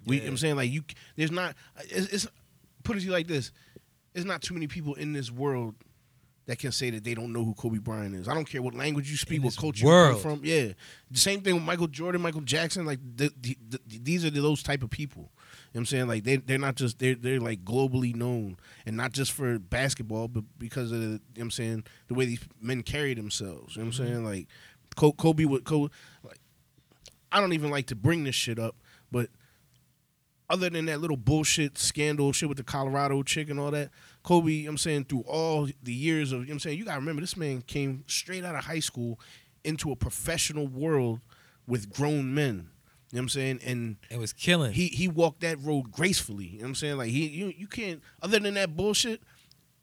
A: We,
C: Yeah.
A: I'm saying like you. There's not. It's, it's put it to you like this. There's not too many people in this world that can say that they don't know who Kobe Bryant is. I don't care what language you speak,
C: In
A: what
C: this
A: culture
C: world.
A: you come from. Yeah, the same thing with Michael Jordan, Michael Jackson. Like the, the, the, these are those type of people. You know what I'm saying like they they're not just they're they're like globally known and not just for basketball, but because of the, you know what I'm saying the way these men carry themselves. You know what
C: Mm-hmm.
A: I'm saying like Ko- Kobe with Kobe. Like, I don't even like to bring this shit up, but other than that little bullshit scandal shit with the Colorado chick and all that, Kobe, I'm saying through all the years of, you know what I'm saying, you got to remember this man came straight out of high school into a professional world with grown men. You know what I'm saying? And
C: it was killing.
A: he he walked that road gracefully. You know what I'm saying? Like he you you can't other than that bullshit,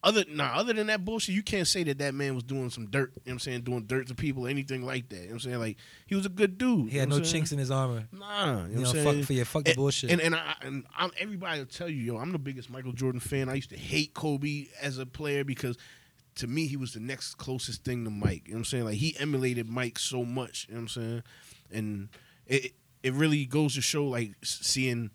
A: other nah, other than that bullshit, you can't say that that man was doing some dirt. You know what I'm saying doing dirt to people, anything like that. You know what I'm saying like he was a good dude.
C: He
A: you
C: had
A: know
C: no
A: what I'm saying?
C: chinks in his armor.
A: Nah, you know,
C: You know,
A: what I'm
C: fuck
A: saying?
C: for your fuck the
A: And-
C: bullshit.
A: And and I and I'm everybody will tell you, yo, I'm the biggest Michael Jordan fan. I used to hate Kobe as a player because to me he was the next closest thing to Mike. You know what I'm saying? Like he emulated Mike so much. You know what I'm saying? And it it really goes to show like s- seeing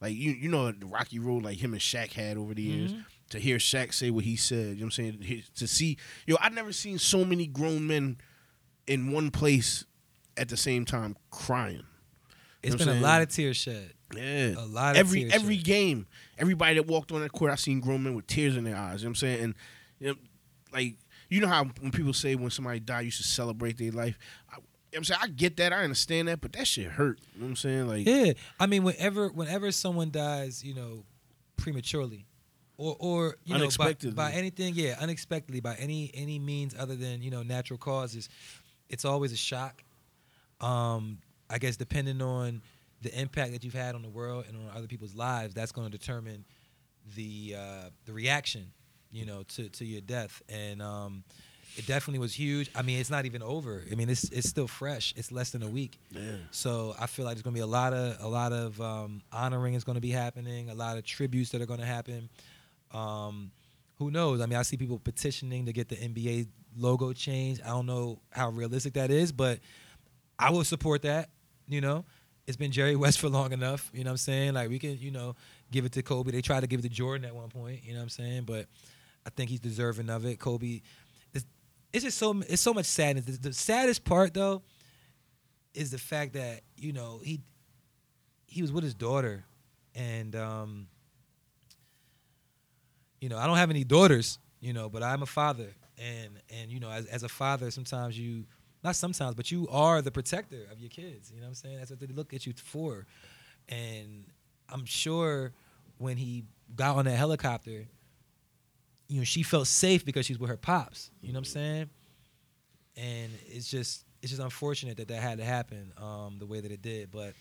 A: like you you know the rocky road like him and Shaq had over the years.
C: Mm-hmm.
A: To hear Shaq say what he said, you know what I'm saying? He- To see, yo, I never seen so many grown men in one place at the same time crying.
C: It's
A: know what
C: been a
A: I'm
C: lot
A: saying?
C: of tears shed.
A: Yeah.
C: A lot of
A: every
C: tears
A: every
C: shed.
A: game, everybody that walked on that court, I seen grown men with tears in their eyes. You know what I'm saying? And you know, like you know how when people say when somebody die, you should celebrate their life. I, you know what I'm saying I get that, I understand that, but that shit hurt. You know what I'm saying? Like
C: Yeah, I mean, whenever whenever someone dies, you know, prematurely, or or you know, by,
A: Unexpectedly.
C: by anything, yeah, unexpectedly, by any any means other than you know natural causes, it's always a shock. Um, I guess depending on the impact that you've had on the world and on other people's lives, that's going to determine the uh, the reaction, you know, to to your death and. Um, it definitely was huge. I mean, it's not even over. I mean, it's it's still fresh. It's less than a week. So I feel like there's gonna be a lot of a lot of um, honoring is gonna be happening, a lot of tributes that are gonna happen. Um, who knows? I mean, I see people petitioning to get the NBA logo changed. I don't know how realistic that is, but I will support that. You know, it's been Jerry West for long enough. You know what I'm saying? Like we can, you know, give it to Kobe. They tried to give it to Jordan at one point. You know what I'm saying? But I think he's deserving of it. Kobe, it's, it's just so it's so much sadness. The, the saddest part though is the fact that you know he he was with his daughter, and um, you know I don't have any daughters, you know, but I'm a father, and and you know as as a father sometimes you not sometimes but you are the protector of your kids. You know what I'm saying? That's what they look at you for, and I'm sure when he got on that helicopter, you know she felt safe because she's with her pops. You know what I'm saying? and it's just it's just unfortunate that that had to happen um, the way that it did. But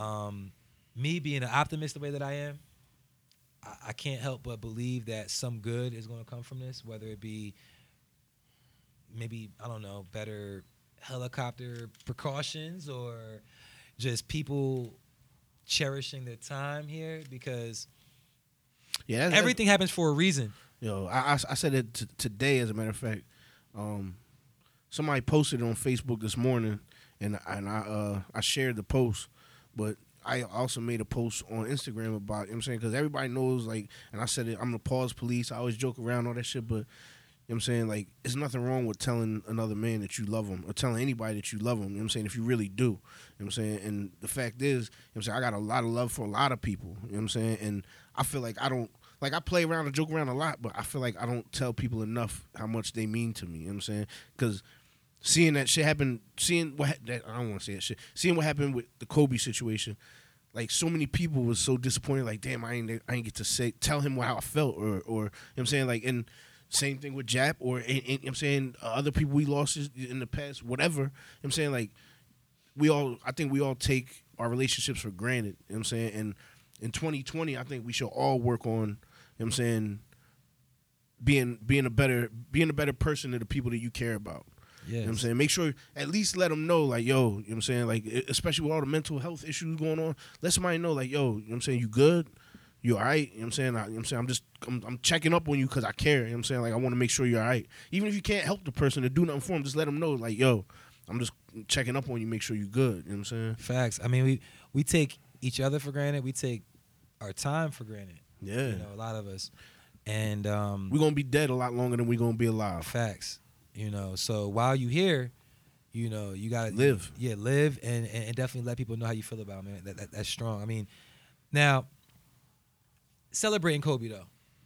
C: um, me being an optimist the way that I am, I, I can't help but believe that some good is going to come from this, whether it be maybe I don't know better helicopter precautions or just people cherishing their time here because
A: yeah, that's-
C: everything happens for a reason.
A: Yo, I, I, I said it t- today, as a matter of fact. Um, somebody posted it on Facebook this morning, and and I uh, I shared the post, but I also made a post on Instagram about you know what I'm saying because everybody knows like, and I said it, I'm the pause police. I always joke around all that shit, but. You know what I'm saying? Like, it's nothing wrong with telling another man that you love him or telling anybody that you love him. You know what I'm saying? If you really do. You know what I'm saying? And the fact is, you know what I'm saying? I got a lot of love for a lot of people. You know what I'm saying? And I feel like I don't, like, I play around and joke around a lot, but I feel like I don't tell people enough how much they mean to me. You know what I'm saying? Because seeing that shit happen, seeing what, ha- that, I don't want to say that shit, seeing what happened with the Kobe situation, like so many people was so disappointed. Like, damn, I ain't I ain't get to say tell him how I felt, or or you know what I'm saying like, and same thing with Jap, or and, and, you know what I'm saying uh, other people we lost is- in the past, whatever. You know what I'm saying like, we all I think we all take our relationships for granted. You know what I'm saying, and in 2020, I think we should all work on. You know what I'm saying being being a better being a better person to the people that you care about. You know what I'm
C: Yes.
A: saying? Make sure at least let them know, like, yo, you know what I'm saying? Like, e- especially with all the mental health issues going on, let somebody know, like, yo, you know what I'm saying? You good? You all right? You know what I'm saying? I, you know what I'm saying? I'm just, I'm, I'm checking up on you because I care. You know what I'm saying? Like, I want to make sure you're all right. Even if you can't help the person to do nothing for them, just let them know, like, yo, I'm just checking up on you, make sure you're good. You know what I'm saying?
C: Facts. I mean, we we take each other for granted. We take our time for granted.
A: Yeah.
C: You know, a lot of us. And um,
A: We're going to be dead a lot longer than we're going to be alive.
C: facts. You know, so while you here, you know, you gotta
A: Live.
C: Yeah, live and, and, and definitely let people know how you feel about it, man. That, that that's strong. I mean, now celebrating Kobe though.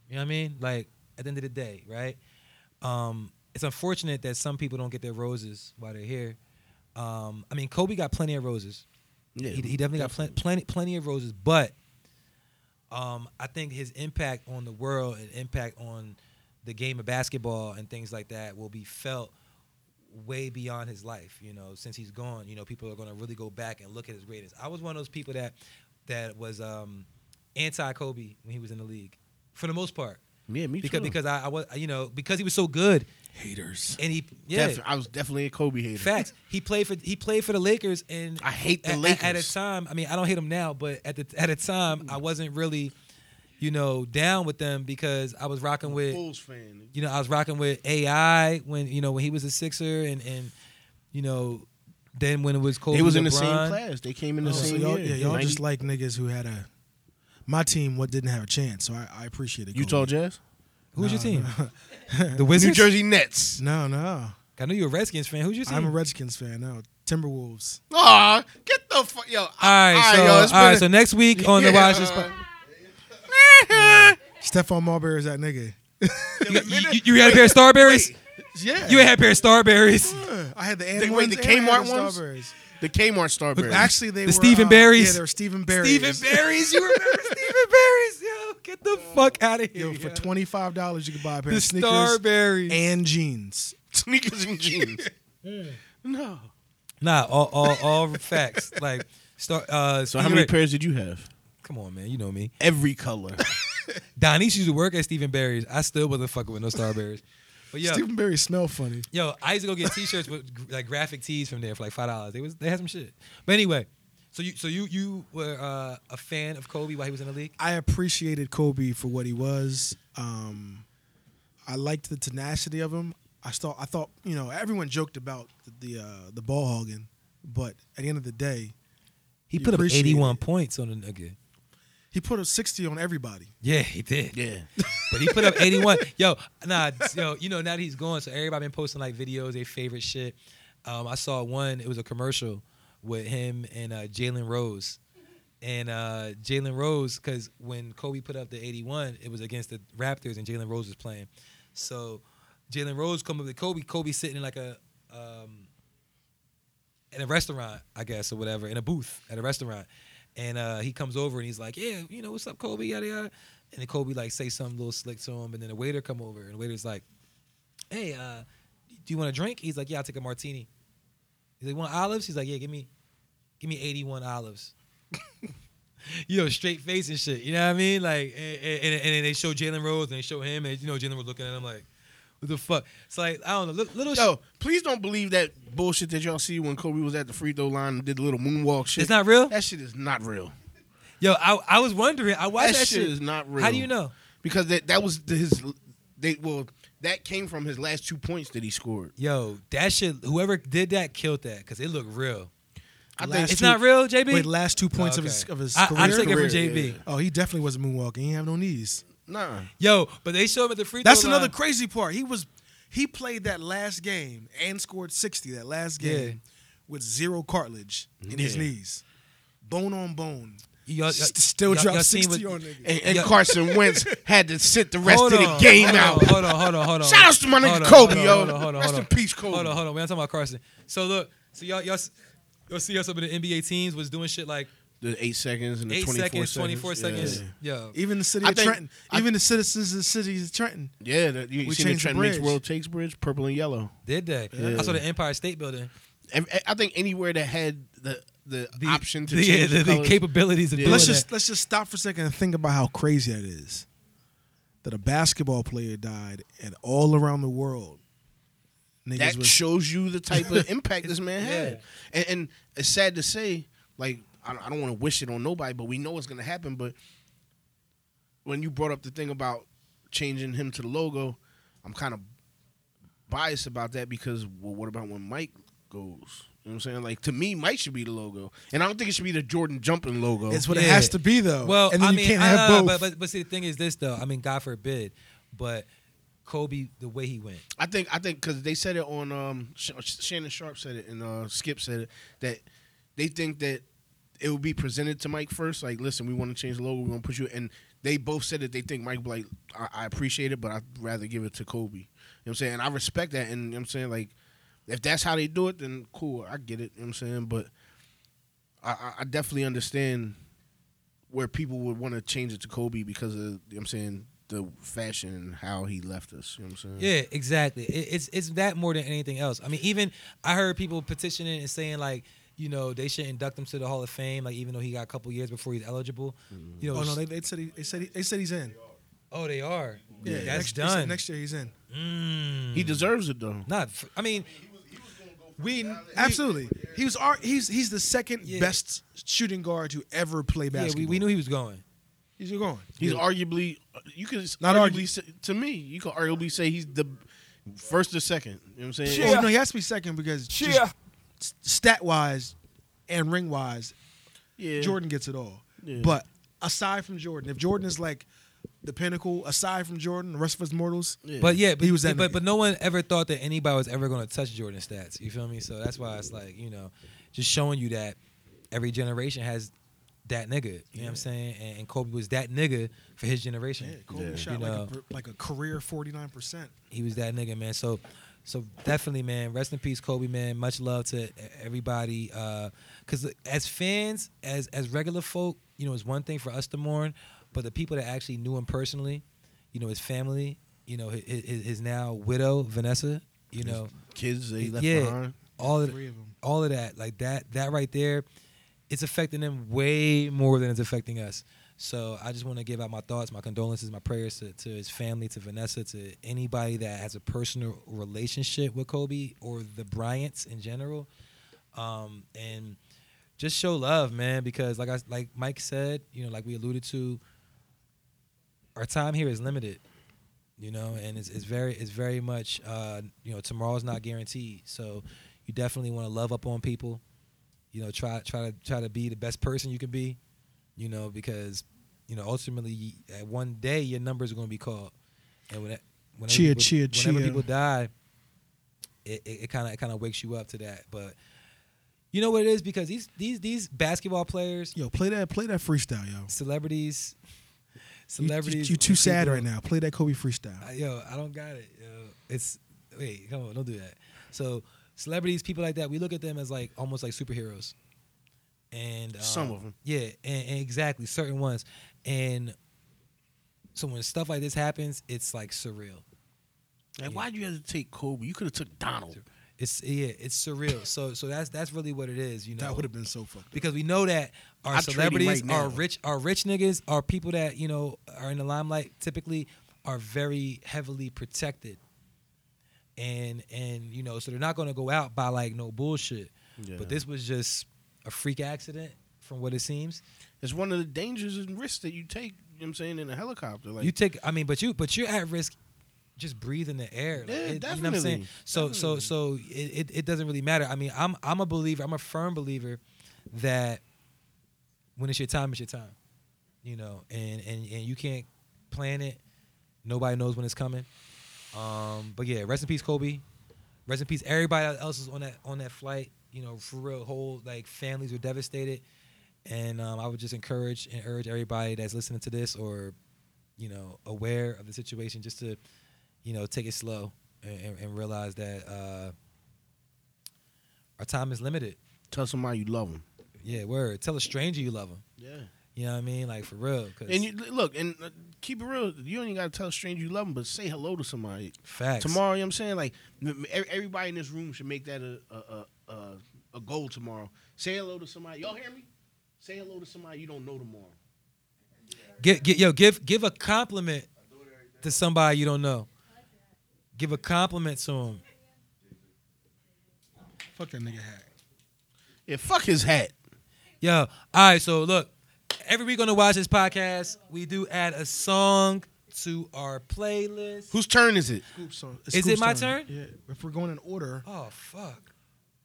C: You know what I mean? Like at the end of the day, right? Um, it's unfortunate that some people don't get their roses while they're here. Um, I mean, Kobe got plenty of roses.
A: Yeah.
C: He, he definitely got plen- plenty plenty of roses, but um, I think his impact on the world and impact on the game of basketball and things like that will be felt way beyond his life. You know, since he's gone, you know, people are going to really go back and look at his greatness. I was one of those people that that was um, anti Kobe when he was in the league, for the most part.
A: Yeah, me
C: because
A: too.
C: because I, I was you know because he was so good
B: Haters.
C: and he yeah
A: Def- I was definitely a Kobe hater.
C: facts he played for he played for the Lakers and
A: I hate the
C: at,
A: Lakers.
C: at a time. I mean I don't hate them now, but at the at a time I wasn't really you know down with them because I was rocking with
A: Bulls fan.
C: you know, I was rocking with AI when you know when he was a Sixer, and and you know, then when it was Kobe,
A: They was in the
C: LeBron.
A: same class. They came in the
B: Oh, so
A: same
B: y'all,
A: year.
B: yeah, y'all
A: 90
B: just like niggas who had a. My team, what didn't have a chance, so I, I appreciate it.
A: Utah Jazz,
C: Who's your
B: No,
C: team?
B: no.
C: The Wizards.
F: New Jersey Nets.
B: No, no.
C: I know you're a Redskins fan. Who's your team?
B: I'm a Redskins fan. No, Timberwolves.
F: Aw, get the fuck, yo. All
C: all right, so
F: yo,
C: all
F: it's been
C: right,
F: a-
C: so next week on the
F: Yeah,
C: Watch This.
F: uh,
C: Po-
B: Stephon Marbury is that nigga.
C: you, you, you had a pair of Starberries.
B: Yeah.
C: You had a pair of Starberries.
B: I had the and
F: Wait,
B: ones
F: the
B: and I had
F: Kmart ones?
B: Starburys.
A: the Kmart Starberry.
B: Actually, they
C: The
B: were
C: Stephen
B: uh,
C: Berries?
B: Yeah, they were Stephen Berries.
C: Stephen Berries. You remember Stephen Berries? Yo, get the fuck out of here.
B: Yo, for
C: yo.
B: twenty five dollars, you could buy a pair
C: the
B: of sneakers
C: Starberries.
B: and jeans.
A: sneakers and jeans. no.
C: Nah, all all, all facts. Like star. Uh,
A: So how many
C: Stephen-
A: pairs did you have?
C: Come on, man. You know me.
A: Every color.
C: Donnie's used to work at Stephen Barry's. I still wasn't fucking with no Starberries. But yo,
B: Stephen Berries smell funny.
C: yo, I used to go get T-shirts with gr- like graphic tees from there for like five dollars. They was they had some shit. But anyway, so you so you you were uh, a fan of Kobe while he was in the league.
B: I appreciated Kobe for what he was. Um, I liked the tenacity of him. I thought I thought you know everyone joked about the the, uh, the ball hogging, but at the end of the day,
C: He
B: You
C: put up
B: appreciate
C: eighty-one points on the nigga.
B: he put a sixty on everybody.
C: Yeah, he did.
A: Yeah.
C: But he put up eighty-one. Yo, nah, yo, you know now that he's gone, so everybody been posting like videos, their favorite shit. Um, I saw one. It was a commercial with him and uh, Jalen Rose. and uh, Jalen Rose, because when Kobe put up the 81, it was against the Raptors, and Jalen Rose was playing. So Jalen Rose come up to Kobe. Kobe sitting in like a um, in a restaurant, I guess, or whatever, in a booth at a restaurant, and uh, he comes over and he's like, "Yeah, you know what's up, Kobe? Yada yada." And then Kobe like say something little slick to him, and then the waiter come over, and the waiter's like, "Hey, uh, do you want a drink?" He's like, "Yeah, I'll take a martini." He's like, "Want olives?" He's like, "Yeah, give me, give me 81 olives." you know, straight face and shit. You know what I mean? Like, and, and, and then they show Jalen Rose and they show him, and you know, Jalen Rose looking at him like, what the fuck? It's like, I don't know, little, little
A: Yo, please don't believe that bullshit that y'all see when Kobe was at the free throw line and did the little moonwalk shit.
C: It's not real?
A: That shit is not real.
C: Yo, I, I was wondering, I watched
A: that,
C: that,
A: shit is not real.
C: How do you know?
A: Because that that was the, his. They well, that came from his last two points that he scored.
C: Yo, that shit, whoever did that killed that because it looked real.
A: I
B: Last
A: think
C: It's
B: two-
C: not real, JB?
B: Wait, last two points
C: Oh, okay.
B: of his of his
C: I- I
B: career.
C: took it
A: Career,
C: from JB.
A: yeah.
B: Oh, he definitely wasn't moonwalking. He didn't have no knees.
A: nah.
C: Yo, but they showed him at the free
B: That's
C: throw
B: another
C: line.
B: crazy part. He was he played that last game and scored 60 that last game
C: Yeah.
B: with zero cartilage in his
A: Yeah.
B: knees. Bone on bone.
C: Y'all- y'all-
B: St- still
C: Uh, y'all-
B: dropped
C: y'all seen
B: 60
C: what-
B: on niggas.
A: And, and
C: Yo.
A: Carson Wentz had to sit the rest
C: Hold
A: of the
C: on,
A: game
C: hold
A: out.
C: On, hold on, hold on, hold on.
A: Shout outs to my nigga
C: Hold on,
A: Kobe,
C: hold on,
A: yo.
C: hold on, hold on,
A: Rest
C: hold
A: in peace, Kobe.
C: Hold on, hold on. We're not talking about Carson. So look, so y'all, y'all, s- y'all see how some of the NBA teams was doing shit like
A: The eight seconds and the
C: eight
A: twenty four
C: seconds, twenty four seconds. Yo,
B: Even the city
A: I
B: of
A: think-
B: Trenton,
A: I-
B: even the citizens of the city of Trenton.
A: Yeah, that, you
B: We
A: seen the
B: changed the
A: Trenton Makes
B: bridge.
A: World Takes Bridge, purple and yellow.
C: did they?
A: Yeah.
C: I saw the Empire State Building.
A: Ev- e, I think anywhere that had the the,
C: The
A: option to
C: the,
A: change
C: the,
A: the,
C: the
A: colors-
C: capabilities of
A: Yeah.
C: doing
A: Let's
B: Let's just
C: just,
B: let's just stop for a second and think about how crazy that is. That a basketball player died and all around the world niggas
A: that
B: was
A: shows you the type of impact this man
C: Yeah.
A: had. And, and it's sad to say, like I, I don't want to wish it on nobody, but we know it's gonna happen. But when you brought up the thing about changing him to the logo, I'm kind of biased about that because well, what about when Mike goes? You know what I'm saying? Like to me, Mike should be the logo, and I don't think it should be the Jordan jumping logo.
B: It's what it
C: Yeah.
B: has to be though.
C: Well,
B: Oh. and then
C: I
B: you
C: mean,
B: can't
C: I-
B: have
C: I-
B: both.
C: But, but but see, the thing is this though. I mean, God forbid, but Kobe, the way he went,
A: I think I think because they said it on um Sh- Sh- Shannon Sharp said it and uh, Skip said it that they think that it would be presented to Mike first. Like, listen, we want to change the logo. We want to put you. And they both said that they think Mike like I, I appreciate it, but I'd rather give it to Kobe. You know what I'm saying? And I respect that. And you know what I'm saying like if that's how they do it, then cool. I get it. You know what I'm saying, but I, I, I definitely understand where people would want to change it to Kobe because of you know what I'm saying the fashion and how he left us. You know what I'm saying?
C: Yeah, exactly. It, it's it's that more than anything else. I mean, even I heard people petitioning and saying like, you know, they should induct him to the Hall of
B: Mm-hmm.
C: Fame, like even though he got a couple years before he's eligible. You know,
B: oh no, they, they said he, they said he, they said he's in.
C: Oh, they are.
B: Yeah,
C: that's
B: next, he said
C: done.
B: Next year he's in.
C: Mm.
A: He deserves it though.
C: Not. f- I mean, we
B: Absolutely. He was our, he's he's the second
C: Yeah.
B: best shooting guard to ever play
C: Yeah,
B: basketball.
C: we, we knew he was going.
B: he's going.
A: He's arguably you could
B: Not
A: not
B: argue.
A: arguably say, to me. You could arguably say he's the first or second. You know what I'm saying?
B: Oh, no, he has to be second because stat wise and ring wise,
A: Yeah.
B: Jordan gets it all.
A: Yeah.
B: But aside from Jordan, if Jordan is like the pinnacle, aside from Jordan, the rest of us mortals,
A: Yeah.
C: But yeah, but,
B: He was that
C: but,
B: nigga.
C: but no one ever thought that anybody was ever going to touch Jordan stats. You feel me? So that's why it's like, you know, just showing you that every generation has that nigga. You know what I'm saying? And, and Kobe was that nigga for his generation.
B: yeah, Kobe
A: Yeah.
B: shot
C: You know.
B: like a, like a career forty nine percent.
C: he was that nigga, man. So, so definitely, man. Rest in peace, Kobe, man. Much love to e- everybody. Uh, Cause as fans, as as regular folk, you know, it's one thing for us to mourn, but the people that actually knew him personally, you know, his family, you know, his, his, his now widow Vanessa, you know,
A: kids that he left
C: Yeah.
A: behind.
C: all of
B: Three of them.
C: all of that, like that that right there, it's affecting them way more than it's affecting us. So I just want to give out my thoughts, my condolences, my prayers to, to his family, to Vanessa, to anybody that has a personal relationship with Kobe or the Bryants in general, um, and just show love, man. Because like I like Mike said, you know, like we alluded to, our time here is limited you know, and it's, it's very it's very much uh, you know tomorrow's not guaranteed. So you definitely want to love up on people, you know, try try to try to be the best person you can be, you know, because you know ultimately at one day your numbers are going to be called, and when that, whenever
B: Cheer,
C: people,
B: cheer,
C: whenever
B: cheer.
C: people die, it it kind of it kind of wakes you up to that, but. You know what it is because these these these basketball players,
B: Yo, play that play that freestyle, yo.
C: celebrities,
B: You-
C: celebrities.
B: You, you too sad
C: people-
B: right now. Play that Kobe freestyle.
C: I, yo, I don't got it. Yo. It's wait, come on, don't do that. So celebrities, people like that, we look at them as like almost like superheroes. And um,
A: Some of 'em.
C: yeah, and, and exactly certain ones. And so when stuff like this happens, it's like surreal.
A: Like, why'd you have to take Kobe? You could have took Donald.
C: It's yeah, it's surreal. So so that's that's really what it is. You know,
B: That would have been so fucked. up.
C: because we know that our
A: I'd trade him
C: celebrities
A: right now.
C: our rich our rich niggas are people that you know are in the limelight typically are very heavily protected and and you know so they're not going to go out by like no bullshit
A: Yeah.
C: but this was just a freak accident from what it seems
A: It's one of the dangers and risks that you take. You know what I'm saying in a helicopter, like
C: you take i mean but you but you're at risk just breathing the air like,
A: Yeah,
C: you know what i'm saying
A: definitely.
C: so so so it, it, it doesn't really matter i mean i'm i'm a believer i'm a firm believer that when it's your time it's your time you know and and and you can't plan it nobody knows when it's coming um but yeah rest in peace kobe rest in peace everybody else was on that on that flight you know for real whole like families were devastated and um, i would just encourage and urge everybody that's listening to this or you know aware of the situation just to you know take it slow and, and, and realize that uh our time is limited
A: tell somebody you love them.
C: yeah word tell a stranger you love them
A: Yeah,
C: you know what i mean like for real 'cause
A: and you look and uh, keep it real. You don't even gotta tell a stranger you love them, but say hello to somebody
C: facts
A: tomorrow. You know what I'm saying like m- m- e- everybody in this room should make that a a, a a a goal tomorrow. Say hello to somebody. Y'all hear me? Say hello to somebody you don't know tomorrow.
C: Gi- gi- yo, give give a compliment to somebody you don't know. Give a compliment to him.
B: Fuck that nigga hat.
A: Yeah, fuck his hat.
C: Yo, all right. So look, every week on the Watch This podcast, we do add a song to our playlist.
A: Whose turn is it?
B: Scoop song. It's
C: Is it
B: Scoop's
C: my
B: Yeah. If we're going in order,
C: Oh fuck!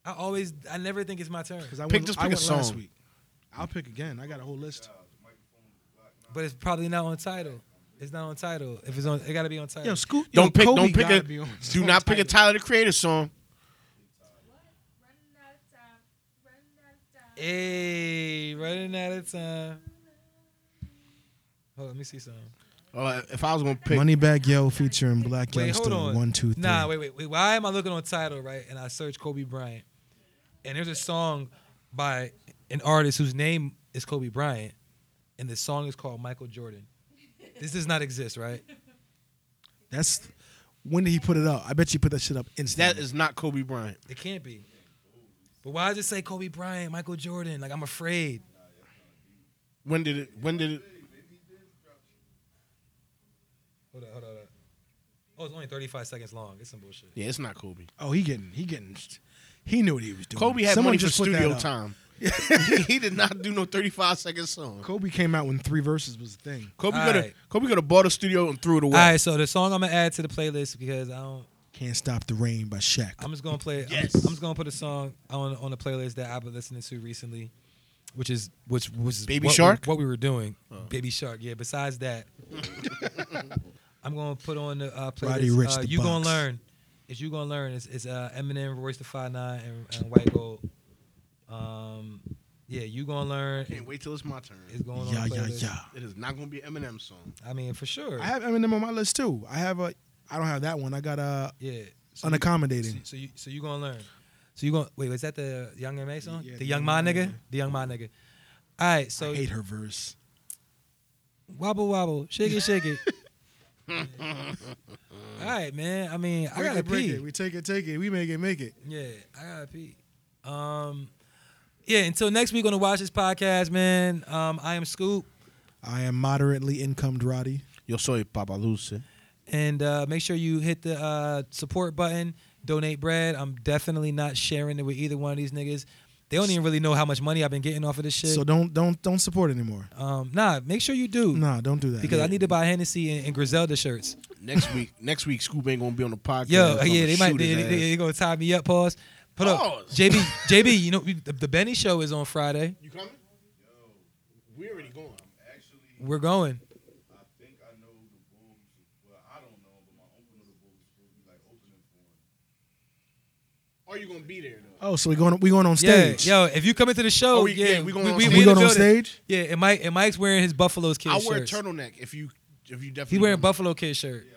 C: I always, I never think it's my turn,
B: because I
A: Pick-
B: went,
A: just
B: I
A: pick a
B: went last
A: song.
B: week. I'll pick again. I got a whole list.
C: but it's probably not on title. It's not on title. If it's on, it gotta be on title.
B: Yo, Scoop.
A: Don't
B: yo,
A: pick.
B: Kobe
A: don't pick
B: gotta
A: a.
B: be on-
A: Do not pick a Tyler the Creator song.
C: hey, running out of time. Hold on, let me see something.
A: Uh, if I was gonna pick,
B: Moneybag Yo featuring Black
C: Wait, hold on.
B: Youngster. One, two, three.
C: Nah, wait, wait, wait. Why am I looking on title right? And I search Kobe Bryant, and there's a song by an artist whose name is Kobe Bryant, and the song is called Michael Jordan. This does not exist, right?
B: That's when did he put it up? I bet you put that shit up instantly.
A: that is not Kobe Bryant.
C: It can't be. But why does it say Kobe Bryant, Michael Jordan? Like I'm afraid.
A: When did it? When did it?
C: Hold up, hold up, hold up. Oh, it's only 35 seconds long. It's some bullshit.
A: Yeah, it's not Kobe.
B: Oh, he getting he getting he knew what he was doing.
A: Kobe had
B: Someone
A: money for
B: just put that
A: studio
B: up.
A: time. he did not do no 35 second song.
B: Kobe came out when three verses was a thing.
A: Kobe
C: All
A: could have
C: right.
A: Kobe could have bought a studio and threw it away.
C: All right, so the song I'm gonna add to the playlist because I don't.
B: Can't stop the rain by Shaq.
C: I'm just gonna play.
A: Yes.
C: I'm, I'm just gonna put a song on on the playlist that I've been listening to recently, which is which was
A: Baby
C: what we-
A: Shark? Oh.
C: what we were doing, Baby Shark. Yeah. Besides that, I'm gonna put on the uh, playlist.
B: Roddy Ricch,
C: uh,
B: the
C: you gonna
B: Box.
C: learn? Is you gonna learn? It's, it's uh, Eminem, Royce the Five Nine, and, and White Gold. Um, yeah, you gonna learn?
A: Can't wait till it's my turn.
C: It's going on.
B: Yeah,
C: the
B: yeah,
C: playlist.
B: yeah.
A: It is not going to be an Eminem song.
C: I mean, for sure.
B: I have Eminem on my list too. I have a I don't have that one. I got a
C: yeah. So you-
B: unaccommodating.
C: So you so you gonna learn. So you gonna wait? Was that the Young M.A. song?
B: Yeah,
C: the
B: the
C: Young
B: Young
C: Ma
B: Ma
C: nigga.
B: nigga.
C: The Young Ma nigga. All right. So
B: I hate her verse.
C: wobble wobble, shake it, shake it. All right, man. I mean, I
B: Break
C: gotta
B: it, break
C: pee.
B: it. We take it, take it. We make it, make it.
C: Yeah, I gotta pee. Um, yeah. Until next week on the Watch This podcast, man. Um, I am Scoop,
B: I am moderately income Roddy.
A: Yo soy Papa Luce.
C: and uh, make sure you hit the uh, support button. Donate bread. I'm definitely not sharing it with either one of these niggas. They don't even really know how much money I've been getting off of this shit.
B: So don't don't don't support anymore.
C: Um, nah, make sure you do
B: Nah, don't do that.
C: because I need to buy Hennessy and, and Griselda shirts.
A: Next week, next week, Scoop ain't gonna be on the podcast.
C: Yo,
A: I'ma
C: yeah, they might
A: shoot
C: they,
A: his
C: they,
A: ass.
C: they gonna tie me up. Pause. Put up,
A: Pause.
C: JB, JB. You know we- the, the Benny show is on Friday.
A: You coming? We already going.
D: Actually,
C: We're going.
D: I think I know the Bulls. Well, I don't know, but my uncle know the Bulls. Will be like opening for him.
A: Are you gonna be there though?
B: Oh, so we going we going on stage.
C: Yeah, yo, if you come into the show,
A: Oh, we-
C: yeah,
A: yeah, we going on stage.
B: we
C: in the
B: going on
C: building.
B: stage.
C: Yeah, and Mike and Mike's wearing his Buffalo's Kid
A: I
C: shirt.
A: wear a turtleneck if you if you definitely.
C: He wearing a
A: want
C: Buffalo Kid shirt.
A: it.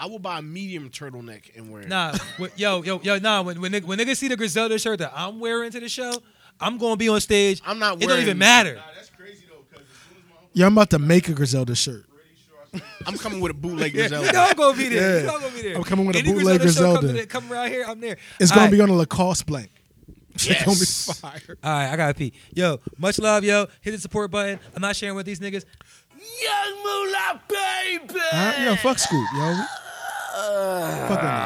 A: I will buy a medium turtleneck and wear it.
C: Nah, wh- yo, yo, yo, nah. When when nigg- when niggas see the Griselda shirt that I'm wearing to the show, I'm gonna be on stage.
A: I'm not
C: It don't
A: wearing-
C: even matter.
D: Nah, that's crazy though, because as soon as my uncle
B: Yeah, I'm about to make a Griselda shirt.
D: pretty sure I said,
A: I'm coming with a bootleg
C: You
A: Griselda.
C: know I'm gonna be there. You
B: Yeah.
C: know I'm gonna be there.
B: I'm coming with a
C: Any
B: bootleg
C: Griselda show
B: Griselda.
C: Come, to the- come around here, I'm there.
B: It's gonna be on a Lacoste blank.
A: Yes.
B: It's gonna be fire.
C: All right, I gotta pee. Yo, much love, yo. Hit the support button. I'm not sharing with these niggas.
B: Huh? Yo, fuck Scoop, yo. fuck that nigga.